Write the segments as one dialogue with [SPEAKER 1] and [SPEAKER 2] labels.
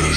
[SPEAKER 1] As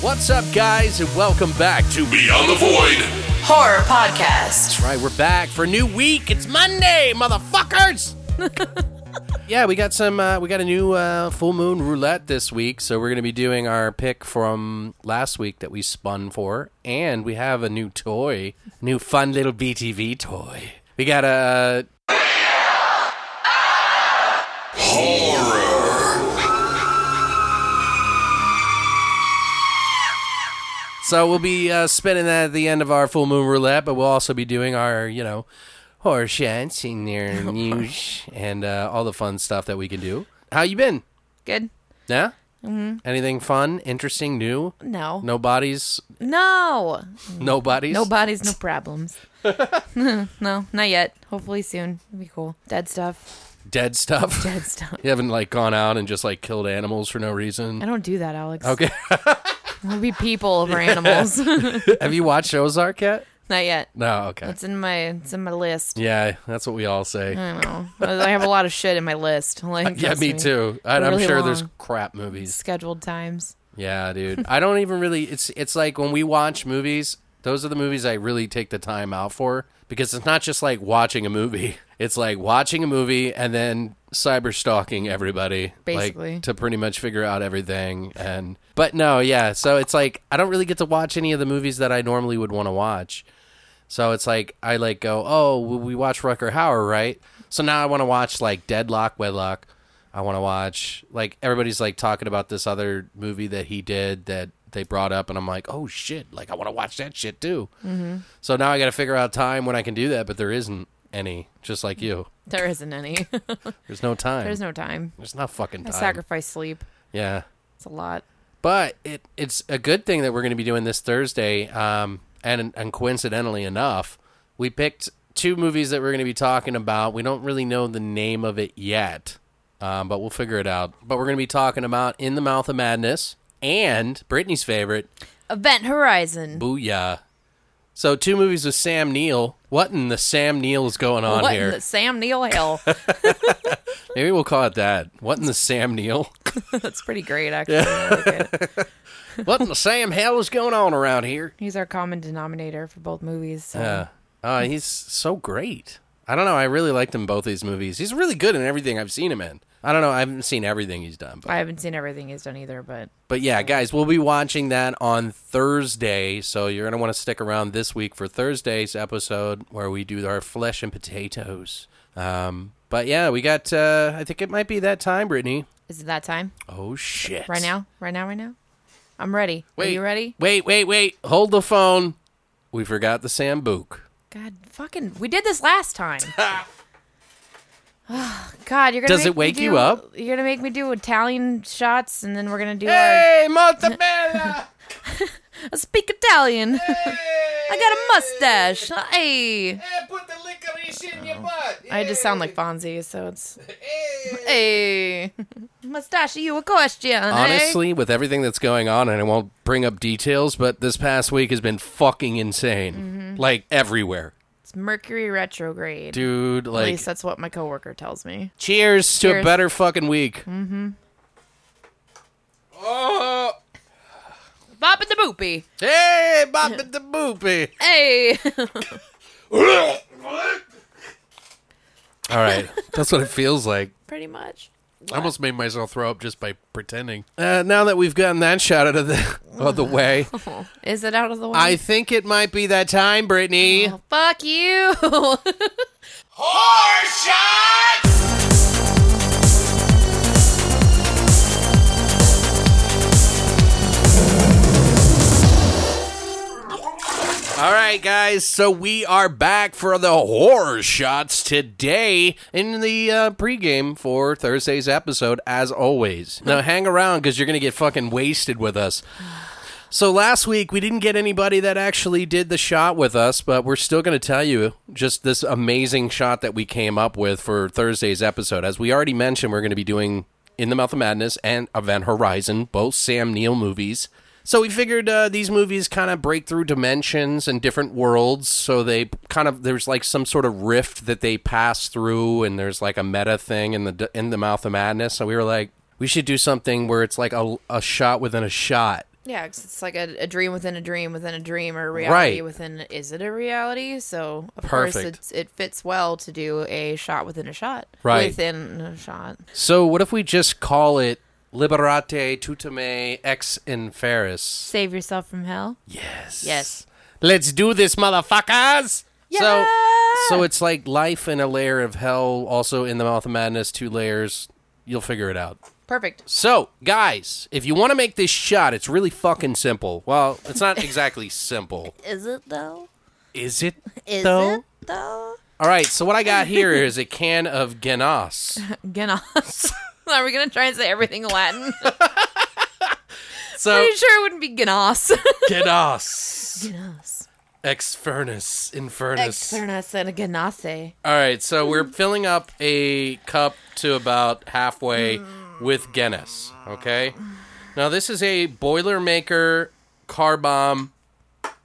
[SPEAKER 2] What's up, guys, and welcome back to.
[SPEAKER 1] Beyond the void.
[SPEAKER 3] Horror Podcast.
[SPEAKER 2] Right, we're back for a new week. It's Monday, motherfuckers. yeah, we got some. Uh, we got a new uh, full moon roulette this week, so we're going to be doing our pick from last week that we spun for, and we have a new toy, new fun little BTV toy. We got uh, a So we'll be uh, spinning that at the end of our full moon roulette, but we'll also be doing our, you know, horror chants in there news and uh, all the fun stuff that we can do. How you been?
[SPEAKER 4] Good.
[SPEAKER 2] Yeah. Mm-hmm. Anything fun, interesting, new?
[SPEAKER 4] No.
[SPEAKER 2] No bodies.
[SPEAKER 4] No.
[SPEAKER 2] No bodies.
[SPEAKER 4] No bodies, no problems. no, not yet. Hopefully soon. It'll be cool. Dead stuff.
[SPEAKER 2] Dead stuff.
[SPEAKER 4] Dead stuff.
[SPEAKER 2] you haven't like gone out and just like killed animals for no reason.
[SPEAKER 4] I don't do that, Alex.
[SPEAKER 2] Okay.
[SPEAKER 4] It'll be people over animals. not
[SPEAKER 2] Have you watched Ozark yet?
[SPEAKER 4] yet.
[SPEAKER 2] No. Okay.
[SPEAKER 4] It's in my it's in my list.
[SPEAKER 2] yeah, that's what we all say.
[SPEAKER 4] I don't know. I have a lot of shit in my list. Like
[SPEAKER 2] yeah,
[SPEAKER 4] trust
[SPEAKER 2] me too. I,
[SPEAKER 4] They're
[SPEAKER 2] I'm
[SPEAKER 4] really
[SPEAKER 2] sure there's
[SPEAKER 4] long.
[SPEAKER 2] crap movies.
[SPEAKER 4] Scheduled times.
[SPEAKER 2] Yeah, dude. I don't even really. It's it's like when we watch movies. Those are the movies I really take the time out for because it's not just like watching a movie. It's like watching a movie and then cyber stalking everybody, like,
[SPEAKER 4] Basically.
[SPEAKER 2] to pretty much figure out everything. And but no, yeah. So it's like I don't really get to watch any of the movies that I normally would want to watch. So it's like I like go, oh, well, we watch Rucker Hauer, right? So now I want to watch like Deadlock, Wedlock. I want to watch like everybody's like talking about this other movie that he did that they brought up, and I'm like, oh shit, like I want to watch that shit too. Mm-hmm. So now I got to figure out time when I can do that, but there isn't any. Just like you,
[SPEAKER 4] There isn't any.
[SPEAKER 2] there's no time.
[SPEAKER 4] There's no time.
[SPEAKER 2] There's not fucking
[SPEAKER 4] I
[SPEAKER 2] time.
[SPEAKER 4] sacrifice sleep.
[SPEAKER 2] yeah.
[SPEAKER 4] It's a lot.
[SPEAKER 2] But it it's a good thing that we're going to be doing this Thursday. Um, and and coincidentally enough, we picked two movies that we're going to be talking about. We don't really know the name of it yet, um, but we'll figure it out. But we're going to be talking about In the Mouth of Madness and Britney's favorite,
[SPEAKER 4] Event Horizon.
[SPEAKER 2] Booyah. So two movies with Sam Neill. What in the Sam Neill is going on
[SPEAKER 4] what
[SPEAKER 2] here?
[SPEAKER 4] in the Sam Neill hell?
[SPEAKER 2] Maybe we'll call it that. What in the Sam Neill?
[SPEAKER 4] That's pretty great, actually. I like it.
[SPEAKER 2] what in the Sam hell is going on around here?
[SPEAKER 4] He's our common denominator for both movies. So.
[SPEAKER 2] Yeah. Uh, he's so great. I don't know. I really liked him both these movies. He's really good in everything I've seen him in. I don't know. I haven't seen everything he's done, but
[SPEAKER 4] I haven't seen everything he's done either, but
[SPEAKER 2] but yeah, guys, we'll be watching that on Thursday. So you're gonna want to stick around this week for Thursday's episode where we do our flesh and potatoes. Um, but yeah, we got. Uh, I think it might be that time, Brittany.
[SPEAKER 4] is it that time?
[SPEAKER 2] Oh shit!
[SPEAKER 4] Right now? Right now? Right now? I'm ready.
[SPEAKER 2] Wait,
[SPEAKER 4] Are you ready?
[SPEAKER 2] Wait, wait, wait! Hold the phone. We forgot the sambuc.
[SPEAKER 4] God, fucking, we did this last time. God, you're gonna.
[SPEAKER 2] Does
[SPEAKER 4] make
[SPEAKER 2] it
[SPEAKER 4] me
[SPEAKER 2] wake
[SPEAKER 4] do-
[SPEAKER 2] you up?
[SPEAKER 4] You're gonna make me do Italian shots, and then we're gonna do.
[SPEAKER 2] Hey, Montebella!
[SPEAKER 4] Our, I speak Italian. I got a mustache. Hey,
[SPEAKER 2] put the licorice in your butt.
[SPEAKER 4] I just sound like Fonzie, so it's. Hey, mustache, you a question? eh?
[SPEAKER 2] Honestly, with everything that's going on, and I won't bring up details, but this past week has been fucking insane. Like everywhere.
[SPEAKER 4] it's Mercury retrograde.
[SPEAKER 2] Dude,
[SPEAKER 4] At
[SPEAKER 2] like
[SPEAKER 4] least that's what my coworker tells me.
[SPEAKER 2] cheers to a
[SPEAKER 4] Cheers.
[SPEAKER 2] better fucking week. Mm-hmm. Oh,
[SPEAKER 4] Bop in the boopy.
[SPEAKER 2] hey, Bob the boopy.
[SPEAKER 4] Hey.
[SPEAKER 2] All right. That's what it feels like.
[SPEAKER 4] Pretty much.
[SPEAKER 2] I almost made myself throw up just by pretending. Uh, now that we've gotten that shot out of the of the way,
[SPEAKER 4] Is it out of the way?
[SPEAKER 2] I think it might be that time, Brittany.
[SPEAKER 4] Oh, fuck you.
[SPEAKER 2] All right, guys. So we are back for the horror shots today in the uh, pregame for Thursday's episode, as always. Now hang around because you're gonna get fucking wasted with us. So last week we didn't get anybody that actually did the shot with us, but we're still going to tell you just this amazing shot that we came up with for Thursday's episode. As we already mentioned, we're going to be doing In the Mouth of Madness and Event Horizon, both Sam Neill movies. So we figured uh, these movies kind of break through dimensions and different worlds. So they kind of there's like some sort of rift that they pass through, and there's like a meta thing in the in the Mouth of Madness. So we were like, we should do something where it's like a, a shot within a shot.
[SPEAKER 4] yeah, 'cause it's like a, a dream within a dream within a dream or a reality
[SPEAKER 2] Right.
[SPEAKER 4] within. Is it a reality? So of course
[SPEAKER 2] Perfect.
[SPEAKER 4] it's, it fits well to do a shot within a shot.
[SPEAKER 2] Right.
[SPEAKER 4] Within a shot.
[SPEAKER 2] So what if we just call it Liberate Tutame Ex Inferis?
[SPEAKER 4] Save yourself from hell.
[SPEAKER 2] Yes.
[SPEAKER 4] Yes.
[SPEAKER 2] Let's do this, motherfuckers!
[SPEAKER 4] Yeah!
[SPEAKER 2] So, so it's like life in a layer of hell, also in the mouth of madness, two layers. You'll figure it out.
[SPEAKER 4] Perfect.
[SPEAKER 2] So, guys, if you want to make this shot, it's really fucking simple. Well, it's not exactly simple.
[SPEAKER 4] Is it though?
[SPEAKER 2] Is it?
[SPEAKER 4] Is
[SPEAKER 2] though?
[SPEAKER 4] it though?
[SPEAKER 2] All right, so what I got here is a can of Genos.
[SPEAKER 4] Genos. Are we gonna try and say everything Latin?
[SPEAKER 2] So,
[SPEAKER 4] Pretty sure it wouldn't be Genos.
[SPEAKER 2] Genos.
[SPEAKER 4] Genos.
[SPEAKER 2] Ex Furnace. Infernus.
[SPEAKER 4] Externus and a Genase.
[SPEAKER 2] All right, so we're filling up a cup to about halfway with Guinness, okay? Now, this is a Boilermaker car bomb.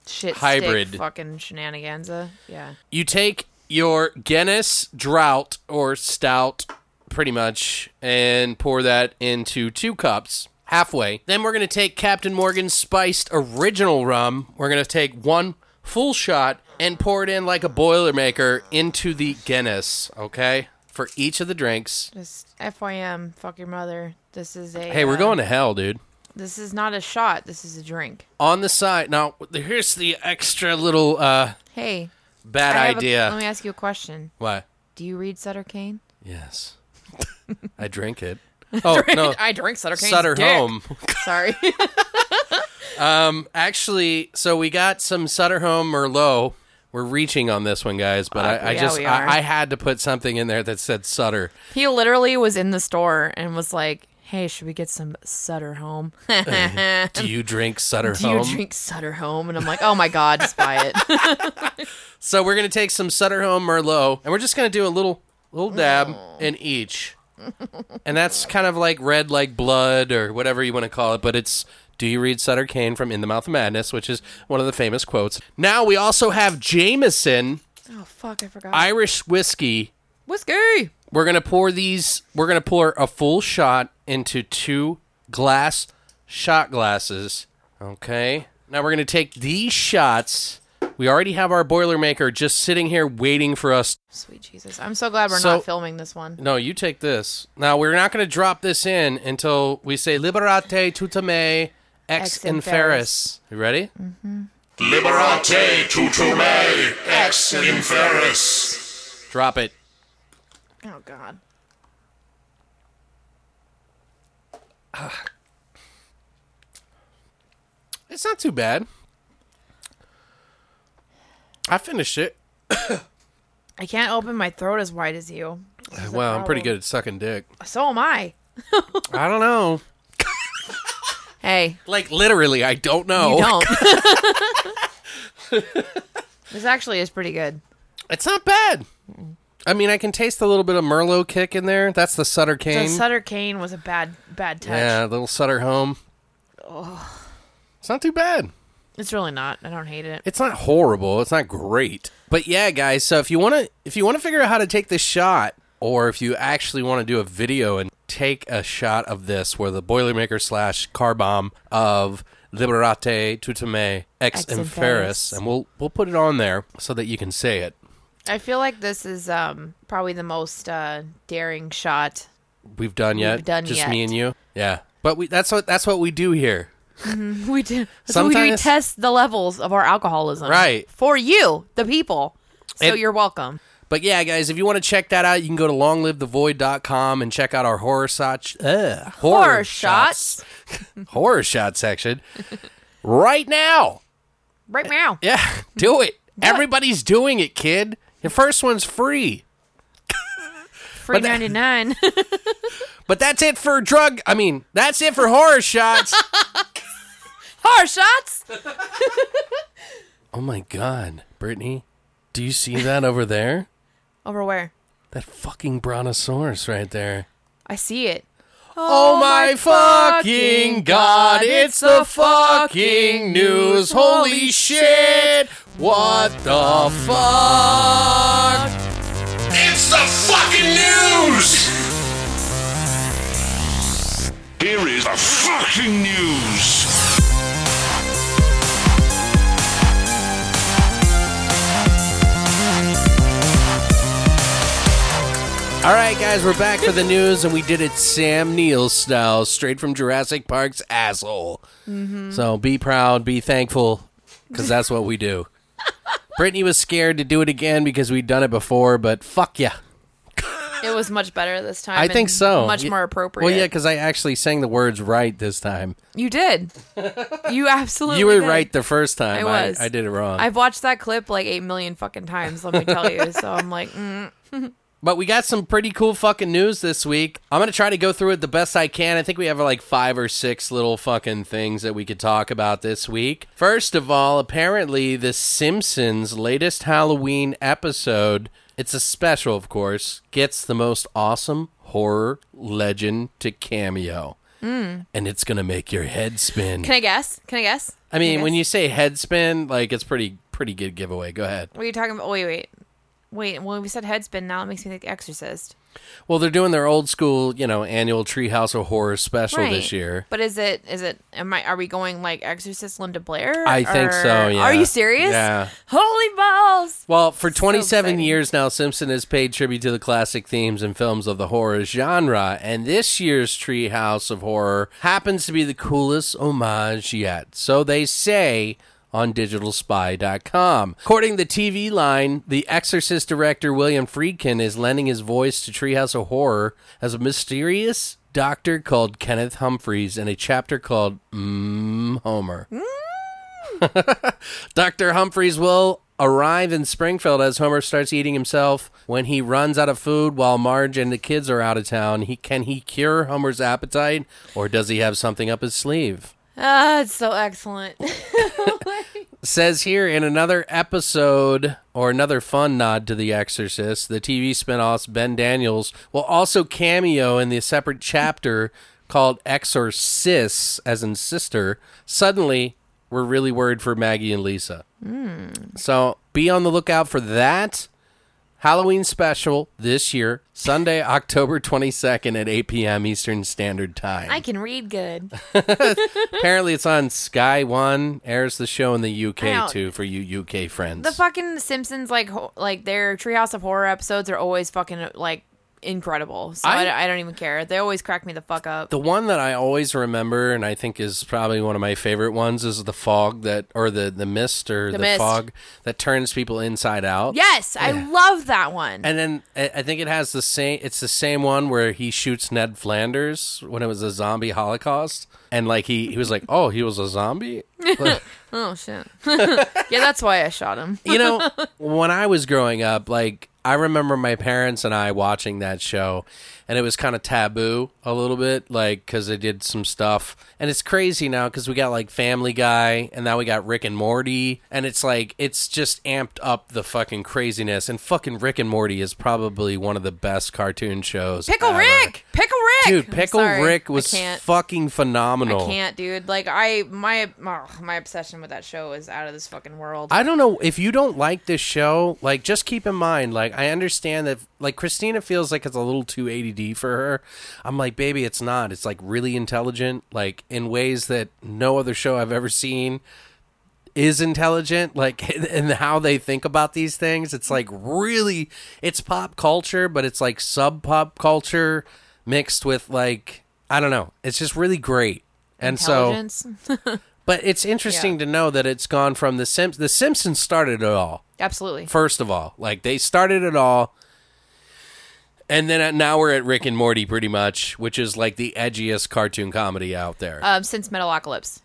[SPEAKER 4] Shit.
[SPEAKER 2] Hybrid.
[SPEAKER 4] Stick fucking shenanigans. Yeah.
[SPEAKER 2] You take your Guinness draught or stout, pretty much, and pour that into two cups halfway. Then we're going to take Captain Morgan's spiced original rum. We're going to take one full shot and pour it in like a Boilermaker into the Guinness, okay? For each of the drinks.
[SPEAKER 4] Just FYM, fuck your mother. This is a.
[SPEAKER 2] Hey, we're
[SPEAKER 4] uh,
[SPEAKER 2] going to hell, dude.
[SPEAKER 4] This is not a shot. This is a drink.
[SPEAKER 2] On the side. Now, here's the extra little uh
[SPEAKER 4] Hey.
[SPEAKER 2] bad
[SPEAKER 4] I have a-
[SPEAKER 2] idea.
[SPEAKER 4] let me ask you a question.
[SPEAKER 2] Why?
[SPEAKER 4] Do you read Sutter Kane?
[SPEAKER 2] Yes. I drink it. Oh, no.
[SPEAKER 4] I drink Sutter Kane.
[SPEAKER 2] Sutter Home.
[SPEAKER 4] Sorry.
[SPEAKER 2] Actually, so we got some Sutter Home Merlot. We're reaching on this one, guys, but
[SPEAKER 4] Fuck,
[SPEAKER 2] I, I
[SPEAKER 4] Uh, yeah,
[SPEAKER 2] just
[SPEAKER 4] we are.
[SPEAKER 2] I, I had to put something in there that said Sutter.
[SPEAKER 4] he literally was in the store and was like, "Hey, should we get some Sutter Home? Do
[SPEAKER 2] Do you drink Sutter
[SPEAKER 4] you
[SPEAKER 2] Home?
[SPEAKER 4] drink Sutter Home?" And I'm like, "Oh my god, just buy it."
[SPEAKER 2] So we're gonna take some Sutter Home Merlot, and we're just gonna do a little little dab in each, and that's kind of like red like blood or whatever you want to call it. But it's do you read Sutter Kane from In the Mouth of Madness, which is one of the famous quotes. Now we also have Jameson
[SPEAKER 4] oh fuck, I forgot.
[SPEAKER 2] Irish whiskey.
[SPEAKER 4] Whiskey.
[SPEAKER 2] We're gonna pour these. We're gonna pour a full shot into two glass shot glasses. Okay. Now we're gonna take these shots. We already have our Boilermaker just sitting here waiting for us
[SPEAKER 4] Sweet Jesus, I'm so glad we're
[SPEAKER 2] So-
[SPEAKER 4] not filming this one.
[SPEAKER 2] No, you take this. Now we're not going to drop this in until we say "Liberate tutame ex
[SPEAKER 4] Ex inferis."
[SPEAKER 2] inferis." You ready?
[SPEAKER 1] Liberate tutume ex inferis.
[SPEAKER 2] Drop it.
[SPEAKER 4] Oh god.
[SPEAKER 2] It's not too bad. I finished it.
[SPEAKER 4] I can't open my throat as wide as you.
[SPEAKER 2] Well, I'm pretty
[SPEAKER 4] problem.
[SPEAKER 2] good at sucking dick.
[SPEAKER 4] So am I.
[SPEAKER 2] I don't know.
[SPEAKER 4] Hey,
[SPEAKER 2] Like literally, I don't know.
[SPEAKER 4] you don't. this actually is pretty good.
[SPEAKER 2] It's not bad. I mean, I can taste a little bit of Merlot kick in there. That's the Sutter cane.
[SPEAKER 4] The Sutter Kane was a bad, bad touch.
[SPEAKER 2] yeah, little Sutter home. It's not too bad.
[SPEAKER 4] It's really not. I don't hate it.
[SPEAKER 2] it's not horrible. It's not great. But yeah, guys. So if you want to, if you want to figure out how to take this shot, or if you actually want to do a video and take a shot of this, where the Boilermaker slash car bomb of Liberate Tutame ex
[SPEAKER 4] Ex inferis.
[SPEAKER 2] inferis, and we'll we'll put it on there so that you can say it.
[SPEAKER 4] I feel like this is um, probably the most uh, daring shot
[SPEAKER 2] we've done yet.
[SPEAKER 4] done
[SPEAKER 2] just
[SPEAKER 4] yet.
[SPEAKER 2] me and you. Yeah, but we that's what that's what we do here.
[SPEAKER 4] We do. So we, do, we
[SPEAKER 2] Sometimes-
[SPEAKER 4] test the levels of our alcoholism.
[SPEAKER 2] Right.
[SPEAKER 4] For you, the people. So
[SPEAKER 2] And-
[SPEAKER 4] you're welcome.
[SPEAKER 2] But yeah, guys, if you want to check that out, you can go to longlivethevoid.com and check out our horror shots, uh, horror,
[SPEAKER 4] Horror shots.
[SPEAKER 2] horror shot section right now.
[SPEAKER 4] Right now.
[SPEAKER 2] Yeah, do it. Everybody's doing it, kid. Your first one's free.
[SPEAKER 4] Free
[SPEAKER 2] that-
[SPEAKER 4] 99.
[SPEAKER 2] But that's it for drug. I mean, that's it for horror shots.
[SPEAKER 4] Horror shots.
[SPEAKER 2] oh my god, Brittany, do you see that over there?
[SPEAKER 4] Over where?
[SPEAKER 2] That fucking brontosaurus right there.
[SPEAKER 4] I see it.
[SPEAKER 2] Oh my fucking god, it's the fucking news. Holy shit. What the fuck?
[SPEAKER 1] It's the fucking news! Here is the fucking news!
[SPEAKER 2] All right, guys, we're back for the news, and we did it Sam Neill style, straight from Jurassic Park's asshole.
[SPEAKER 4] Mm-hmm.
[SPEAKER 2] So be proud, be thankful, because that's what we do. Brittany was scared to do it again because we'd done it before, but fuck yeah.
[SPEAKER 4] It was much better this time.
[SPEAKER 2] I think
[SPEAKER 4] and
[SPEAKER 2] so.
[SPEAKER 4] Much
[SPEAKER 2] Y-
[SPEAKER 4] more appropriate.
[SPEAKER 2] Well, yeah, because I actually sang the words right this time.
[SPEAKER 4] You did. You absolutely
[SPEAKER 2] You were
[SPEAKER 4] did.
[SPEAKER 2] right the first time.
[SPEAKER 4] Oh I was.
[SPEAKER 2] I, did it wrong.
[SPEAKER 4] I've watched that clip like 8 million fucking times, let me tell you. So I'm like, mm.
[SPEAKER 2] But we got some pretty cool fucking news this week. I'm going to try to go through it the best I can. I think we have like five or six little fucking things that we could talk about this week. First of all, apparently, The Simpsons' latest Halloween episode, it's a special, of course, gets the most awesome horror legend to cameo. And it's going to make your head spin.
[SPEAKER 4] Hmm. Can I guess? Can I guess?
[SPEAKER 2] I mean,
[SPEAKER 4] Yes.
[SPEAKER 2] when you say head spin, like it's pretty pretty good giveaway. Go ahead.
[SPEAKER 4] What are you talking about? Wait, wait. Wait, well, we said headspin. Now it makes me think The Exorcist.
[SPEAKER 2] Well, they're doing their old school, you know, annual Treehouse of Horror special
[SPEAKER 4] Right.
[SPEAKER 2] this year.
[SPEAKER 4] But is it, is it, am I, are we going like Exorcist Linda Blair?
[SPEAKER 2] I think so,
[SPEAKER 4] Or-
[SPEAKER 2] yeah.
[SPEAKER 4] Are you serious?
[SPEAKER 2] Yeah.
[SPEAKER 4] Holy balls.
[SPEAKER 2] Well, for 27
[SPEAKER 4] exciting.
[SPEAKER 2] years now, Simpson has paid tribute to the classic themes and films of the horror genre, and this year's Treehouse of Horror happens to be the coolest homage yet. So they say on digitalspy.com. According to the TV line, The Exorcist director William Friedkin is lending his voice to Treehouse of Horror as a mysterious doctor called Kenneth Humphreys in a chapter called Mmm Homer. Dr. Humphreys will arrive in Springfield as Homer starts eating himself. When he runs out of food while Marge and the kids are out of town, he can he cure Homer's appetite or does he have something up his sleeve?
[SPEAKER 4] Ah, it's so excellent.
[SPEAKER 2] Says here in another episode or another fun nod to The Exorcist, the TV spinoffs Ben Daniels will also cameo in the separate chapter called Exorcists, as in sister. Suddenly, we're really worried for Maggie and Lisa.
[SPEAKER 4] Hmm.
[SPEAKER 2] So be on the lookout for that Halloween special this year, Sunday, October 22nd at 8 p.m. Eastern Standard Time.
[SPEAKER 4] I can read good.
[SPEAKER 2] Apparently, it's on Sky One. Airs the show in the
[SPEAKER 4] I
[SPEAKER 2] UK
[SPEAKER 4] don't-
[SPEAKER 2] too for you UK friends.
[SPEAKER 4] The fucking Simpsons, like, ho- like their Treehouse of Horror episodes are always fucking like incredible. So I,
[SPEAKER 2] I-
[SPEAKER 4] don't- I don't even care. They always crack me the fuck up.
[SPEAKER 2] The one that I always remember, and I think is probably one of my favorite ones, is the fog that, or the the mist, or the,
[SPEAKER 4] mist.
[SPEAKER 2] fog that turns people inside out.
[SPEAKER 4] yes, I love that one.
[SPEAKER 2] And then I I think it has the same. It's the same one where he shoots Ned Flanders when it was a zombie Holocaust, and like he he was like, oh, he was a zombie. Like,
[SPEAKER 4] oh shit. yeah, that's why I shot him.
[SPEAKER 2] you know, when I was growing up, like I remember my parents and I watching that show, and it was kind of taboo a little bit, like because they did some stuff. And it's crazy now because we got like Family Guy, and now we got Rick and Morty, and it's like it's just amped up the fucking craziness. And fucking Rick and Morty is probably one of the best cartoon shows.
[SPEAKER 4] Pickle
[SPEAKER 2] ever.
[SPEAKER 4] Rick. Pickle Rick.
[SPEAKER 2] dude,
[SPEAKER 4] I'm
[SPEAKER 2] Pickle
[SPEAKER 4] sorry.
[SPEAKER 2] Rick
[SPEAKER 4] I
[SPEAKER 2] was
[SPEAKER 4] can't.
[SPEAKER 2] fucking phenomenal.
[SPEAKER 4] I can't, dude. Like I my oh, my obsession with that show is out of this fucking world.
[SPEAKER 2] I don't know if you don't like this show, like just keep in mind, like I understand that like Christina feels like it's a little too ADD for her. I'm like, baby, it's not. It's like really intelligent, like in ways that no other show I've ever seen is intelligent, like and how they think about these things. It's like really it's pop culture, but it's like sub pop culture mixed with like I don't know. It's just really great. And so
[SPEAKER 4] Intelligence.
[SPEAKER 2] but it's interesting to know that it's gone from the Simps the Simpsons started it all.
[SPEAKER 4] Absolutely.
[SPEAKER 2] First of all, like they started it all. And then at, now we're at Rick and Morty pretty much, which is like the edgiest cartoon comedy out there.
[SPEAKER 4] Um, since Metalocalypse.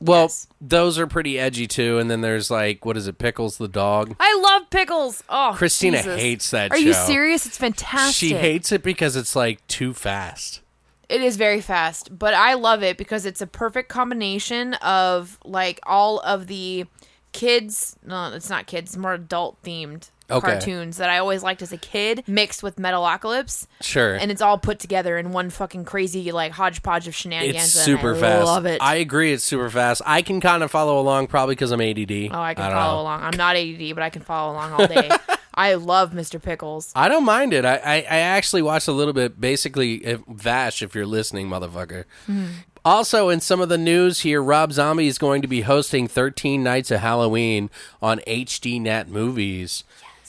[SPEAKER 2] well,
[SPEAKER 4] yes.
[SPEAKER 2] those are pretty edgy too. And then there's like what is it, Pickles the dog?
[SPEAKER 4] I love pickles. Oh,
[SPEAKER 2] Christina
[SPEAKER 4] Jesus.
[SPEAKER 2] hates that
[SPEAKER 4] Are you
[SPEAKER 2] show.
[SPEAKER 4] serious? It's fantastic.
[SPEAKER 2] She hates it because it's like too fast.
[SPEAKER 4] It is very fast, but I love it because it's a perfect combination of like all of the kids. No, it's not kids. More adult themed
[SPEAKER 2] Okay.
[SPEAKER 4] cartoons that I always liked as a kid, mixed with Metalocalypse,
[SPEAKER 2] Sure.
[SPEAKER 4] and it's all put together in one fucking crazy like hodgepodge of shenanigans.
[SPEAKER 2] it's
[SPEAKER 4] and
[SPEAKER 2] super
[SPEAKER 4] I
[SPEAKER 2] fast.
[SPEAKER 4] Love it.
[SPEAKER 2] I agree. It's super fast. I can kind of follow along probably because I'm ADD.
[SPEAKER 4] oh, I can
[SPEAKER 2] don't
[SPEAKER 4] follow
[SPEAKER 2] know.
[SPEAKER 4] along. I'm not ADD, but I can follow along all day. I love Mr. Pickles.
[SPEAKER 2] I don't mind it. I, I, I actually watched a little bit, basically, if, Vash, if you're listening, motherfucker.
[SPEAKER 4] Mm-hmm.
[SPEAKER 2] Also, in some of the news here, Rob Zombie is going to be hosting 13 Nights of Halloween on HDNet Movies.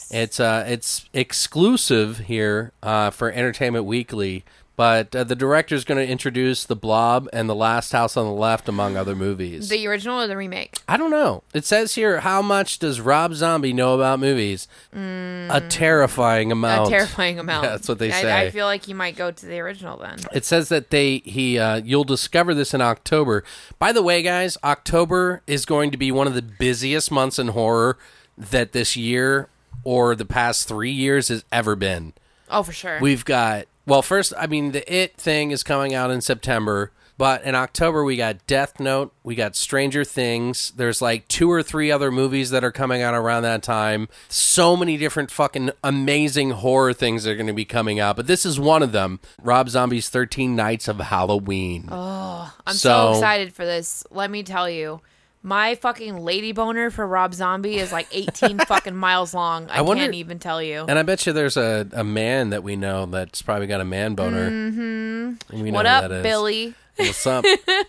[SPEAKER 2] It's uh, it's exclusive here uh, for Entertainment Weekly, but uh, the director is going to introduce The Blob and The Last House on the Left, among other movies.
[SPEAKER 4] The original or the remake?
[SPEAKER 2] I don't know. It says here, how much does Rob Zombie know about movies? a terrifying amount.
[SPEAKER 4] Mm. A terrifying amount.
[SPEAKER 2] Yeah, that's what they
[SPEAKER 4] I-
[SPEAKER 2] say.
[SPEAKER 4] I feel like you might go to the original then.
[SPEAKER 2] It says that they he uh, you'll discover this in October. By the way, guys, October is going to be one of the busiest months in horror that this year or the past three years has ever been.
[SPEAKER 4] Oh, for sure.
[SPEAKER 2] We've got well, first I mean the It thing is coming out in September, but in October we got Death Note, we got Stranger Things. There's like two or three other movies that are coming out around that time. So many different fucking amazing horror things that are going to be coming out, but this is one of them. Rob Zombie's 13 Nights of Halloween.
[SPEAKER 4] Oh, I'm so,
[SPEAKER 2] So-
[SPEAKER 4] excited for this. Let me tell you, my fucking lady boner for Rob Zombie is like 18 fucking miles long. I,
[SPEAKER 2] wonder-
[SPEAKER 4] can't even tell you.
[SPEAKER 2] And I bet you there's a, a man that we know that's probably got a man boner. Mm-hmm.
[SPEAKER 4] What up, Billy?
[SPEAKER 2] What's up?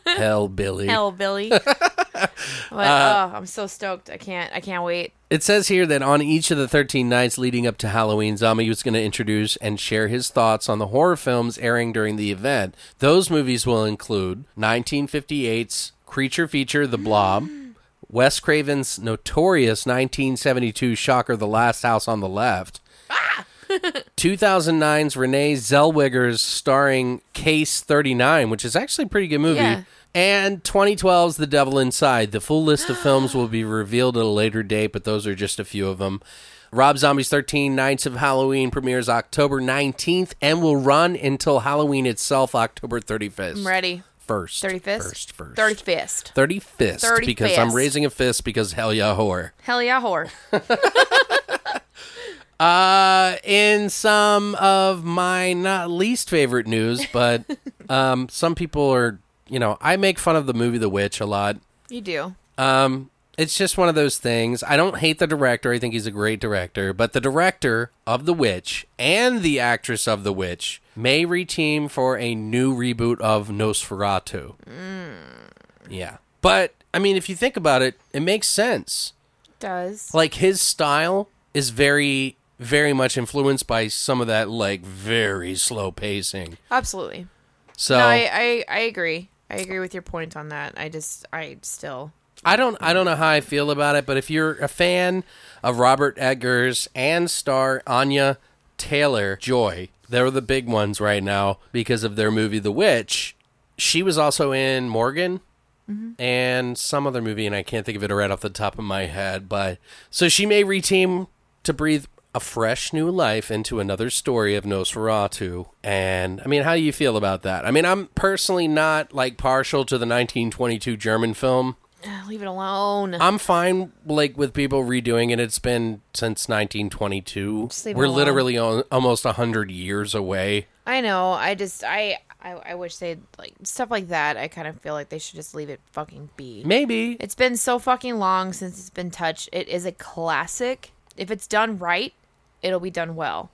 [SPEAKER 2] Hell, Billy.
[SPEAKER 4] Hell, Billy.
[SPEAKER 2] Uh,
[SPEAKER 4] but, oh, I'm so stoked. I can't. I can't wait.
[SPEAKER 2] It says here that on each of the 13 nights leading up to Halloween, Zombie was going to introduce and share his thoughts on the horror films airing during the event. Those movies will include 1958's creature feature The Blob, Wes Craven's notorious 1972 shocker The Last House on the Left, 2009's Renee Zellweger's starring Case 39, which is actually a pretty good movie.
[SPEAKER 4] Yeah.
[SPEAKER 2] And 2012's The Devil Inside. The full list of films will be revealed at a later date, but those are just a few of them. Rob Zombie's 13 Nights of Halloween premieres October 19th and will run until Halloween itself, October 35th.
[SPEAKER 4] I'm ready.
[SPEAKER 2] First.
[SPEAKER 4] 35th.
[SPEAKER 2] First, first.
[SPEAKER 4] 35th.
[SPEAKER 2] 35th.
[SPEAKER 4] 35th.
[SPEAKER 2] Because I'm raising a fist because hell yeah, whore.
[SPEAKER 4] Hell yeah, whore.
[SPEAKER 2] Uh, in some of my not least favorite news, but um, some people are, you know, I make fun of the movie The Witch a lot.
[SPEAKER 4] You do.
[SPEAKER 2] Um, it's just one of those things. I don't hate the director. I think he's a great director. But the director of The Witch and the actress of The Witch may reteam for a new reboot of Nosferatu. Yeah. But, I mean, if you think about it, it makes sense
[SPEAKER 4] Does.
[SPEAKER 2] like his style is very very much influenced by some of that like very slow pacing
[SPEAKER 4] Absolutely.
[SPEAKER 2] so
[SPEAKER 4] No,
[SPEAKER 2] I,
[SPEAKER 4] I, I, I agree. I agree with your point on that. I just, I still.
[SPEAKER 2] don't i don't know how i feel about it but if you're a fan of robert eggers and star anya taylor joy they're the big ones right now because of their movie the witch she was also in morgan and some other movie, and I can't think of it right off the top of my head. But so she may reteam to breathe a fresh new life into another story of Nosferatu. And I mean, how do you feel about that? I mean, I'm personally not like partial to the 1922 German film.
[SPEAKER 4] Leave it alone.
[SPEAKER 2] I'm fine like with people redoing it. It's been since 1922.
[SPEAKER 4] leave it
[SPEAKER 2] We're
[SPEAKER 4] alone.
[SPEAKER 2] literally on, almost 100 years away.
[SPEAKER 4] I know. I just I, I I wish they'd like stuff like that. I kind of feel like they should just leave it fucking be.
[SPEAKER 2] Maybe.
[SPEAKER 4] It's been so fucking long since it's been touched. It is a classic. If it's done right, it'll be done well.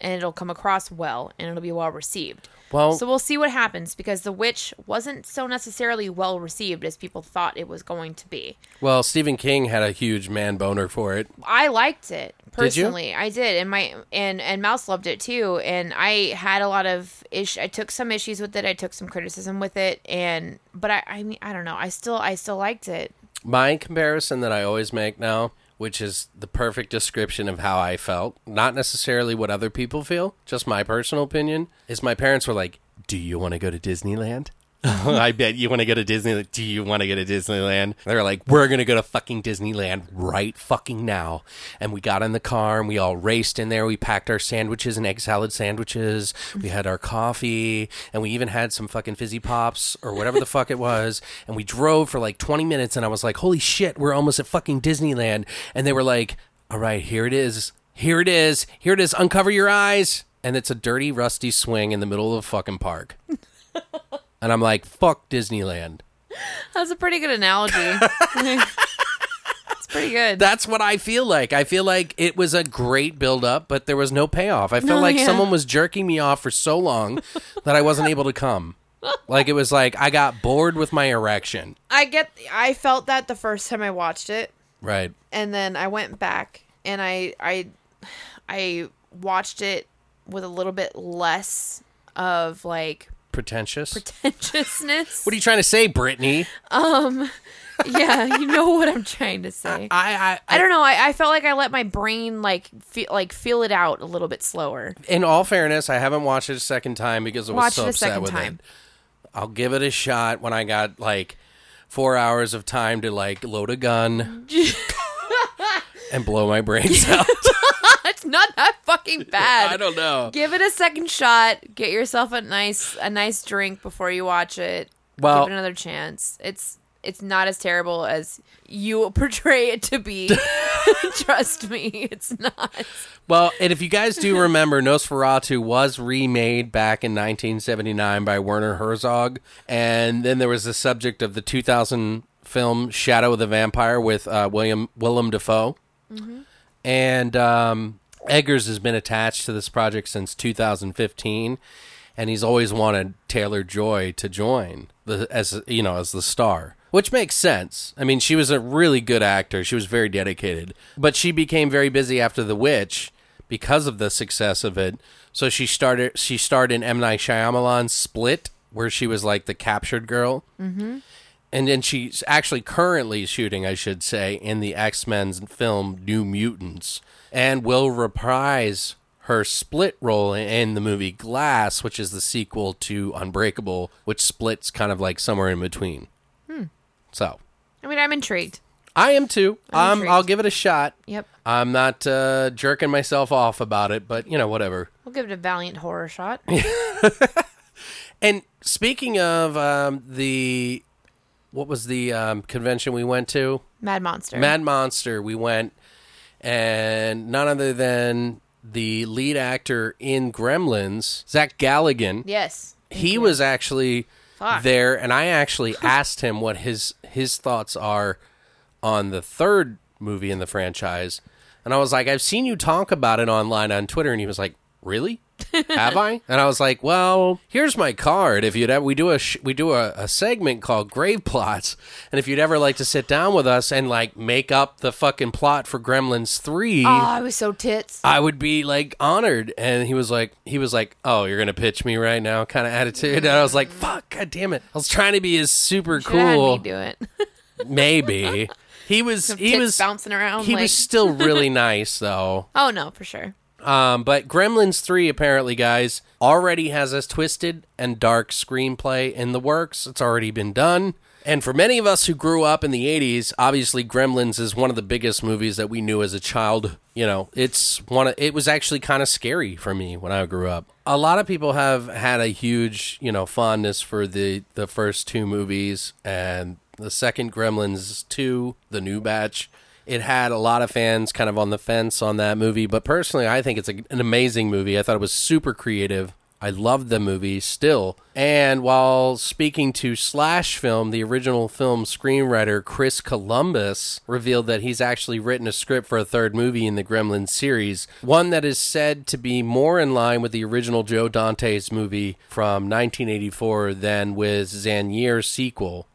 [SPEAKER 4] And it'll come across well and it'll be well received.
[SPEAKER 2] Well-
[SPEAKER 4] so we'll see what happens because The Witch wasn't so necessarily well received as people thought it was going to be.
[SPEAKER 2] well, Stephen King had a huge man boner for it.
[SPEAKER 4] I liked it
[SPEAKER 2] Did you?
[SPEAKER 4] personally. I did, and my and and Mouse loved it too. And I had a lot of ish. I took some issues with it. I took some criticism with it, and but I, I mean, I don't know. I still, I still liked it.
[SPEAKER 2] My comparison that I always make now, which is the perfect description of how I felt, not necessarily what other people feel, just my personal opinion, is my parents were like, Do you want to go to Disneyland? I bet you want to go to Disneyland. Do you want to go to Disneyland? They were like, We're going to go to fucking Disneyland right fucking now. And we got in the car and we all raced in there. We packed our sandwiches and egg salad sandwiches. We had our coffee and we even had some fucking fizzy pops or whatever the fuck it was. And we drove for like 20 minutes and I was like, Holy shit, we're almost at fucking Disneyland. And they were like, All right, here it is. Here it is. Here it is. Uncover your eyes. And it's a dirty, rusty swing in the middle of a fucking park. And I'm like, fuck Disneyland.
[SPEAKER 4] That's a pretty good analogy. It's pretty good.
[SPEAKER 2] That's what I feel like. I feel like it was a great build up, but there was no payoff. I felt
[SPEAKER 4] No,
[SPEAKER 2] like
[SPEAKER 4] Oh, yeah.
[SPEAKER 2] someone was jerking me off for so long that I wasn't able to come. Like it was like I got bored with my erection.
[SPEAKER 4] I get. I felt that the first time I watched it,
[SPEAKER 2] Right.
[SPEAKER 4] and then I went back and I, I, I watched it with a little bit less of like
[SPEAKER 2] Pretentious.
[SPEAKER 4] pretentiousness.
[SPEAKER 2] what are you trying to say, Brittany?
[SPEAKER 4] yeah, you know what I'm trying to say.
[SPEAKER 2] I, I,
[SPEAKER 4] I don't know. I, I felt like I let my brain like feel like feel it out a little bit slower.
[SPEAKER 2] in all fairness, I haven't watched it a second time because I was
[SPEAKER 4] Watch
[SPEAKER 2] so
[SPEAKER 4] it a
[SPEAKER 2] upset
[SPEAKER 4] second
[SPEAKER 2] with
[SPEAKER 4] time.
[SPEAKER 2] it. I'll give it a shot when I got like four hours of time to like load a gun and blow my brains out.
[SPEAKER 4] It's not that fucking bad.
[SPEAKER 2] I don't know.
[SPEAKER 4] Give it a second shot. Get yourself a nice a nice drink before you watch it.
[SPEAKER 2] Well-
[SPEAKER 4] Give it another chance. It's it's not as terrible as you portray it to be. Trust me, it's not.
[SPEAKER 2] Well, and if you guys do remember, Nosferatu was remade back in 1979 by Werner Herzog, and then there was the subject of the 2000 film Shadow of the Vampire with uh, William Willem Dafoe, and um, Eggers has been attached to this project since 2015, and he's always wanted Taylor Joy to join the, as you know as the star, which makes sense. I mean, she was a really good actor; she was very dedicated, but she became very busy after The Witch because of the success of it. So she started she starred in M Night Shyamalan's Split, where she was like the captured girl and then she's actually currently shooting, I should say, in the X Men's film New Mutants, and will reprise her split role in the movie Glass, which is the sequel to Unbreakable, which splits kind of like somewhere in between.
[SPEAKER 4] Hmm.
[SPEAKER 2] So
[SPEAKER 4] I mean, I'm intrigued.
[SPEAKER 2] I am too.
[SPEAKER 4] I'm
[SPEAKER 2] Um, I'll
[SPEAKER 4] intrigued.
[SPEAKER 2] give it a shot.
[SPEAKER 4] Yep,
[SPEAKER 2] I'm not uh, jerking myself off about it, but you know, whatever.
[SPEAKER 4] we'll give it a valiant horror shot.
[SPEAKER 2] And speaking of um, the, what was the um, convention we went to?
[SPEAKER 4] Mad Monster.
[SPEAKER 2] Mad Monster, we went, and none other than the lead actor in Gremlins, Zach Galligan.
[SPEAKER 4] yes.
[SPEAKER 2] He was actually
[SPEAKER 4] Fuck.
[SPEAKER 2] there, and I actually asked him what his his thoughts are on the third movie in the franchise, and I was like, I've seen you talk about it online on Twitter, and he was like, Really? Have I? And I was like, Well, here's my card. If you'd ever, we do a sh- we do a, a segment called Grave Plots, and if you'd ever like to sit down with us and like make up the fucking plot for Gremlins three.
[SPEAKER 4] Oh, I was so tits.
[SPEAKER 2] I would be like honored. And he was like, he was like, oh, you're gonna pitch me right now, kind of attitude. And I was like, fuck, god damn it. I was trying to be as super
[SPEAKER 4] Had me
[SPEAKER 2] cool,
[SPEAKER 4] do it.
[SPEAKER 2] maybe. He was, he
[SPEAKER 4] Tits
[SPEAKER 2] was,
[SPEAKER 4] bouncing around.
[SPEAKER 2] he
[SPEAKER 4] like,
[SPEAKER 2] was still really nice though.
[SPEAKER 4] oh no, for sure.
[SPEAKER 2] Um, but Gremlins three apparently, guys, already has us twisted and dark screenplay in the works. It's already been done. And for many of us who grew up in the 80s, obviously Gremlins is one of the biggest movies that we knew as a child. You know, it's one of, it was actually kind of scary for me when I grew up. A lot of people have had a huge, you know, fondness for the the first two movies and the second Gremlins 2, the new batch it had a lot of fans kind of on the fence on that movie, but personally, I think it's a, an amazing movie. I thought it was super creative. I loved the movie still. And while speaking to Slash Film, the original film screenwriter Chris Columbus revealed that he's actually written a script for a third movie in the Gremlins series, one that is said to be more in line with the original Joe Dante's movie from 1984 than with Zanier's sequel.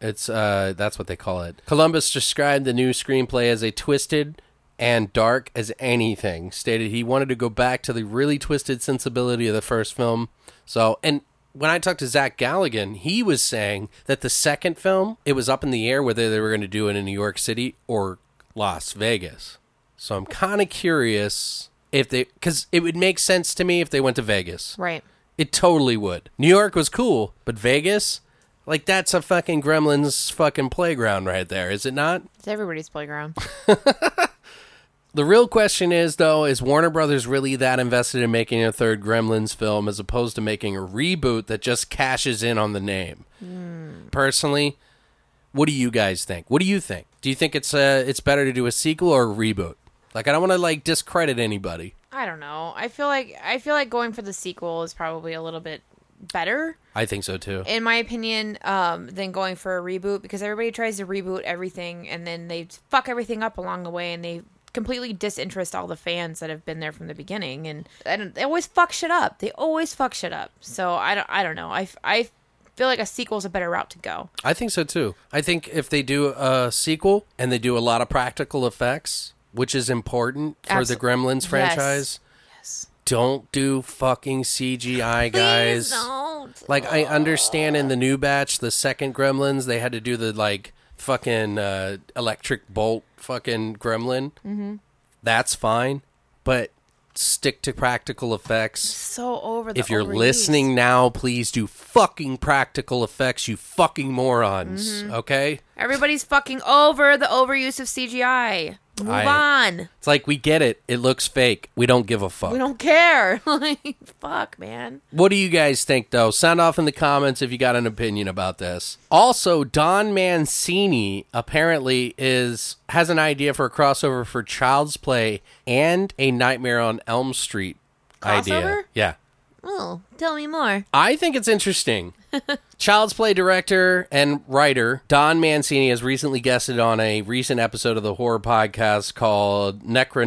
[SPEAKER 2] It's uh that's what they call it. Columbus described the new screenplay as a twisted, and dark as anything, stated he wanted to go back to the really twisted sensibility of the first film. So, and when I talked to Zach Galligan, he was saying that the second film, it was up in the air whether they were going to do it in New York City or Las Vegas. So I'm kind of curious if they, because it would make sense to me if they went to Vegas.
[SPEAKER 4] Right.
[SPEAKER 2] It totally would. New York was cool, but Vegas, like that's a fucking Gremlins fucking playground right there, is it not?
[SPEAKER 4] It's everybody's playground.
[SPEAKER 2] The real question is though, is Warner Brothers really that invested in making a third Gremlins film as opposed to making a reboot that just cashes in on the name? Personally, what do you guys think? What do you think? Do you think it's uh it's better to do a sequel or a reboot? Like I don't want to like discredit anybody.
[SPEAKER 4] I don't know. I feel like I feel like going for the sequel is probably a little bit better
[SPEAKER 2] I think so too.
[SPEAKER 4] in my opinion um, than going for a reboot because everybody tries to reboot everything and then they fuck everything up along the way and they completely disinterest all the fans that have been there from the beginning and I don't, they always fuck shit up. They always fuck shit up. So I don't I don't know. I, f- I feel like a sequel's a better route to go.
[SPEAKER 2] I think so too. I think if they do a sequel and they do a lot of practical effects, which is important for
[SPEAKER 4] Abso-
[SPEAKER 2] the Gremlins
[SPEAKER 4] Yes.
[SPEAKER 2] franchise, don't do fucking CGI, guys.
[SPEAKER 4] Please don't.
[SPEAKER 2] Like I understand in the new batch, the second Gremlins, they had to do the like fucking uh, electric bolt fucking Gremlin. Mm-hmm. That's fine, but stick to practical effects
[SPEAKER 4] so over the
[SPEAKER 2] if you're
[SPEAKER 4] overuse.
[SPEAKER 2] listening now, please do fucking practical effects, you fucking morons.
[SPEAKER 4] Mm-hmm.
[SPEAKER 2] Okay?
[SPEAKER 4] Everybody's fucking over the overuse of CGI. Move
[SPEAKER 2] I-
[SPEAKER 4] on.
[SPEAKER 2] It's like we get it. It looks fake. We don't give a fuck.
[SPEAKER 4] We don't care. like, fuck, man.
[SPEAKER 2] What do you guys think though? Sound off in the comments if you got an opinion about this. Also, Don Mancini apparently is has an idea for a crossover for Child's Play and a Nightmare on Elm Street
[SPEAKER 4] Crossover?
[SPEAKER 2] idea. Yeah.
[SPEAKER 4] Oh, tell me more.
[SPEAKER 2] I think it's interesting. Child's Play director and writer Don Mancini has recently guested on a recent episode of the horror podcast called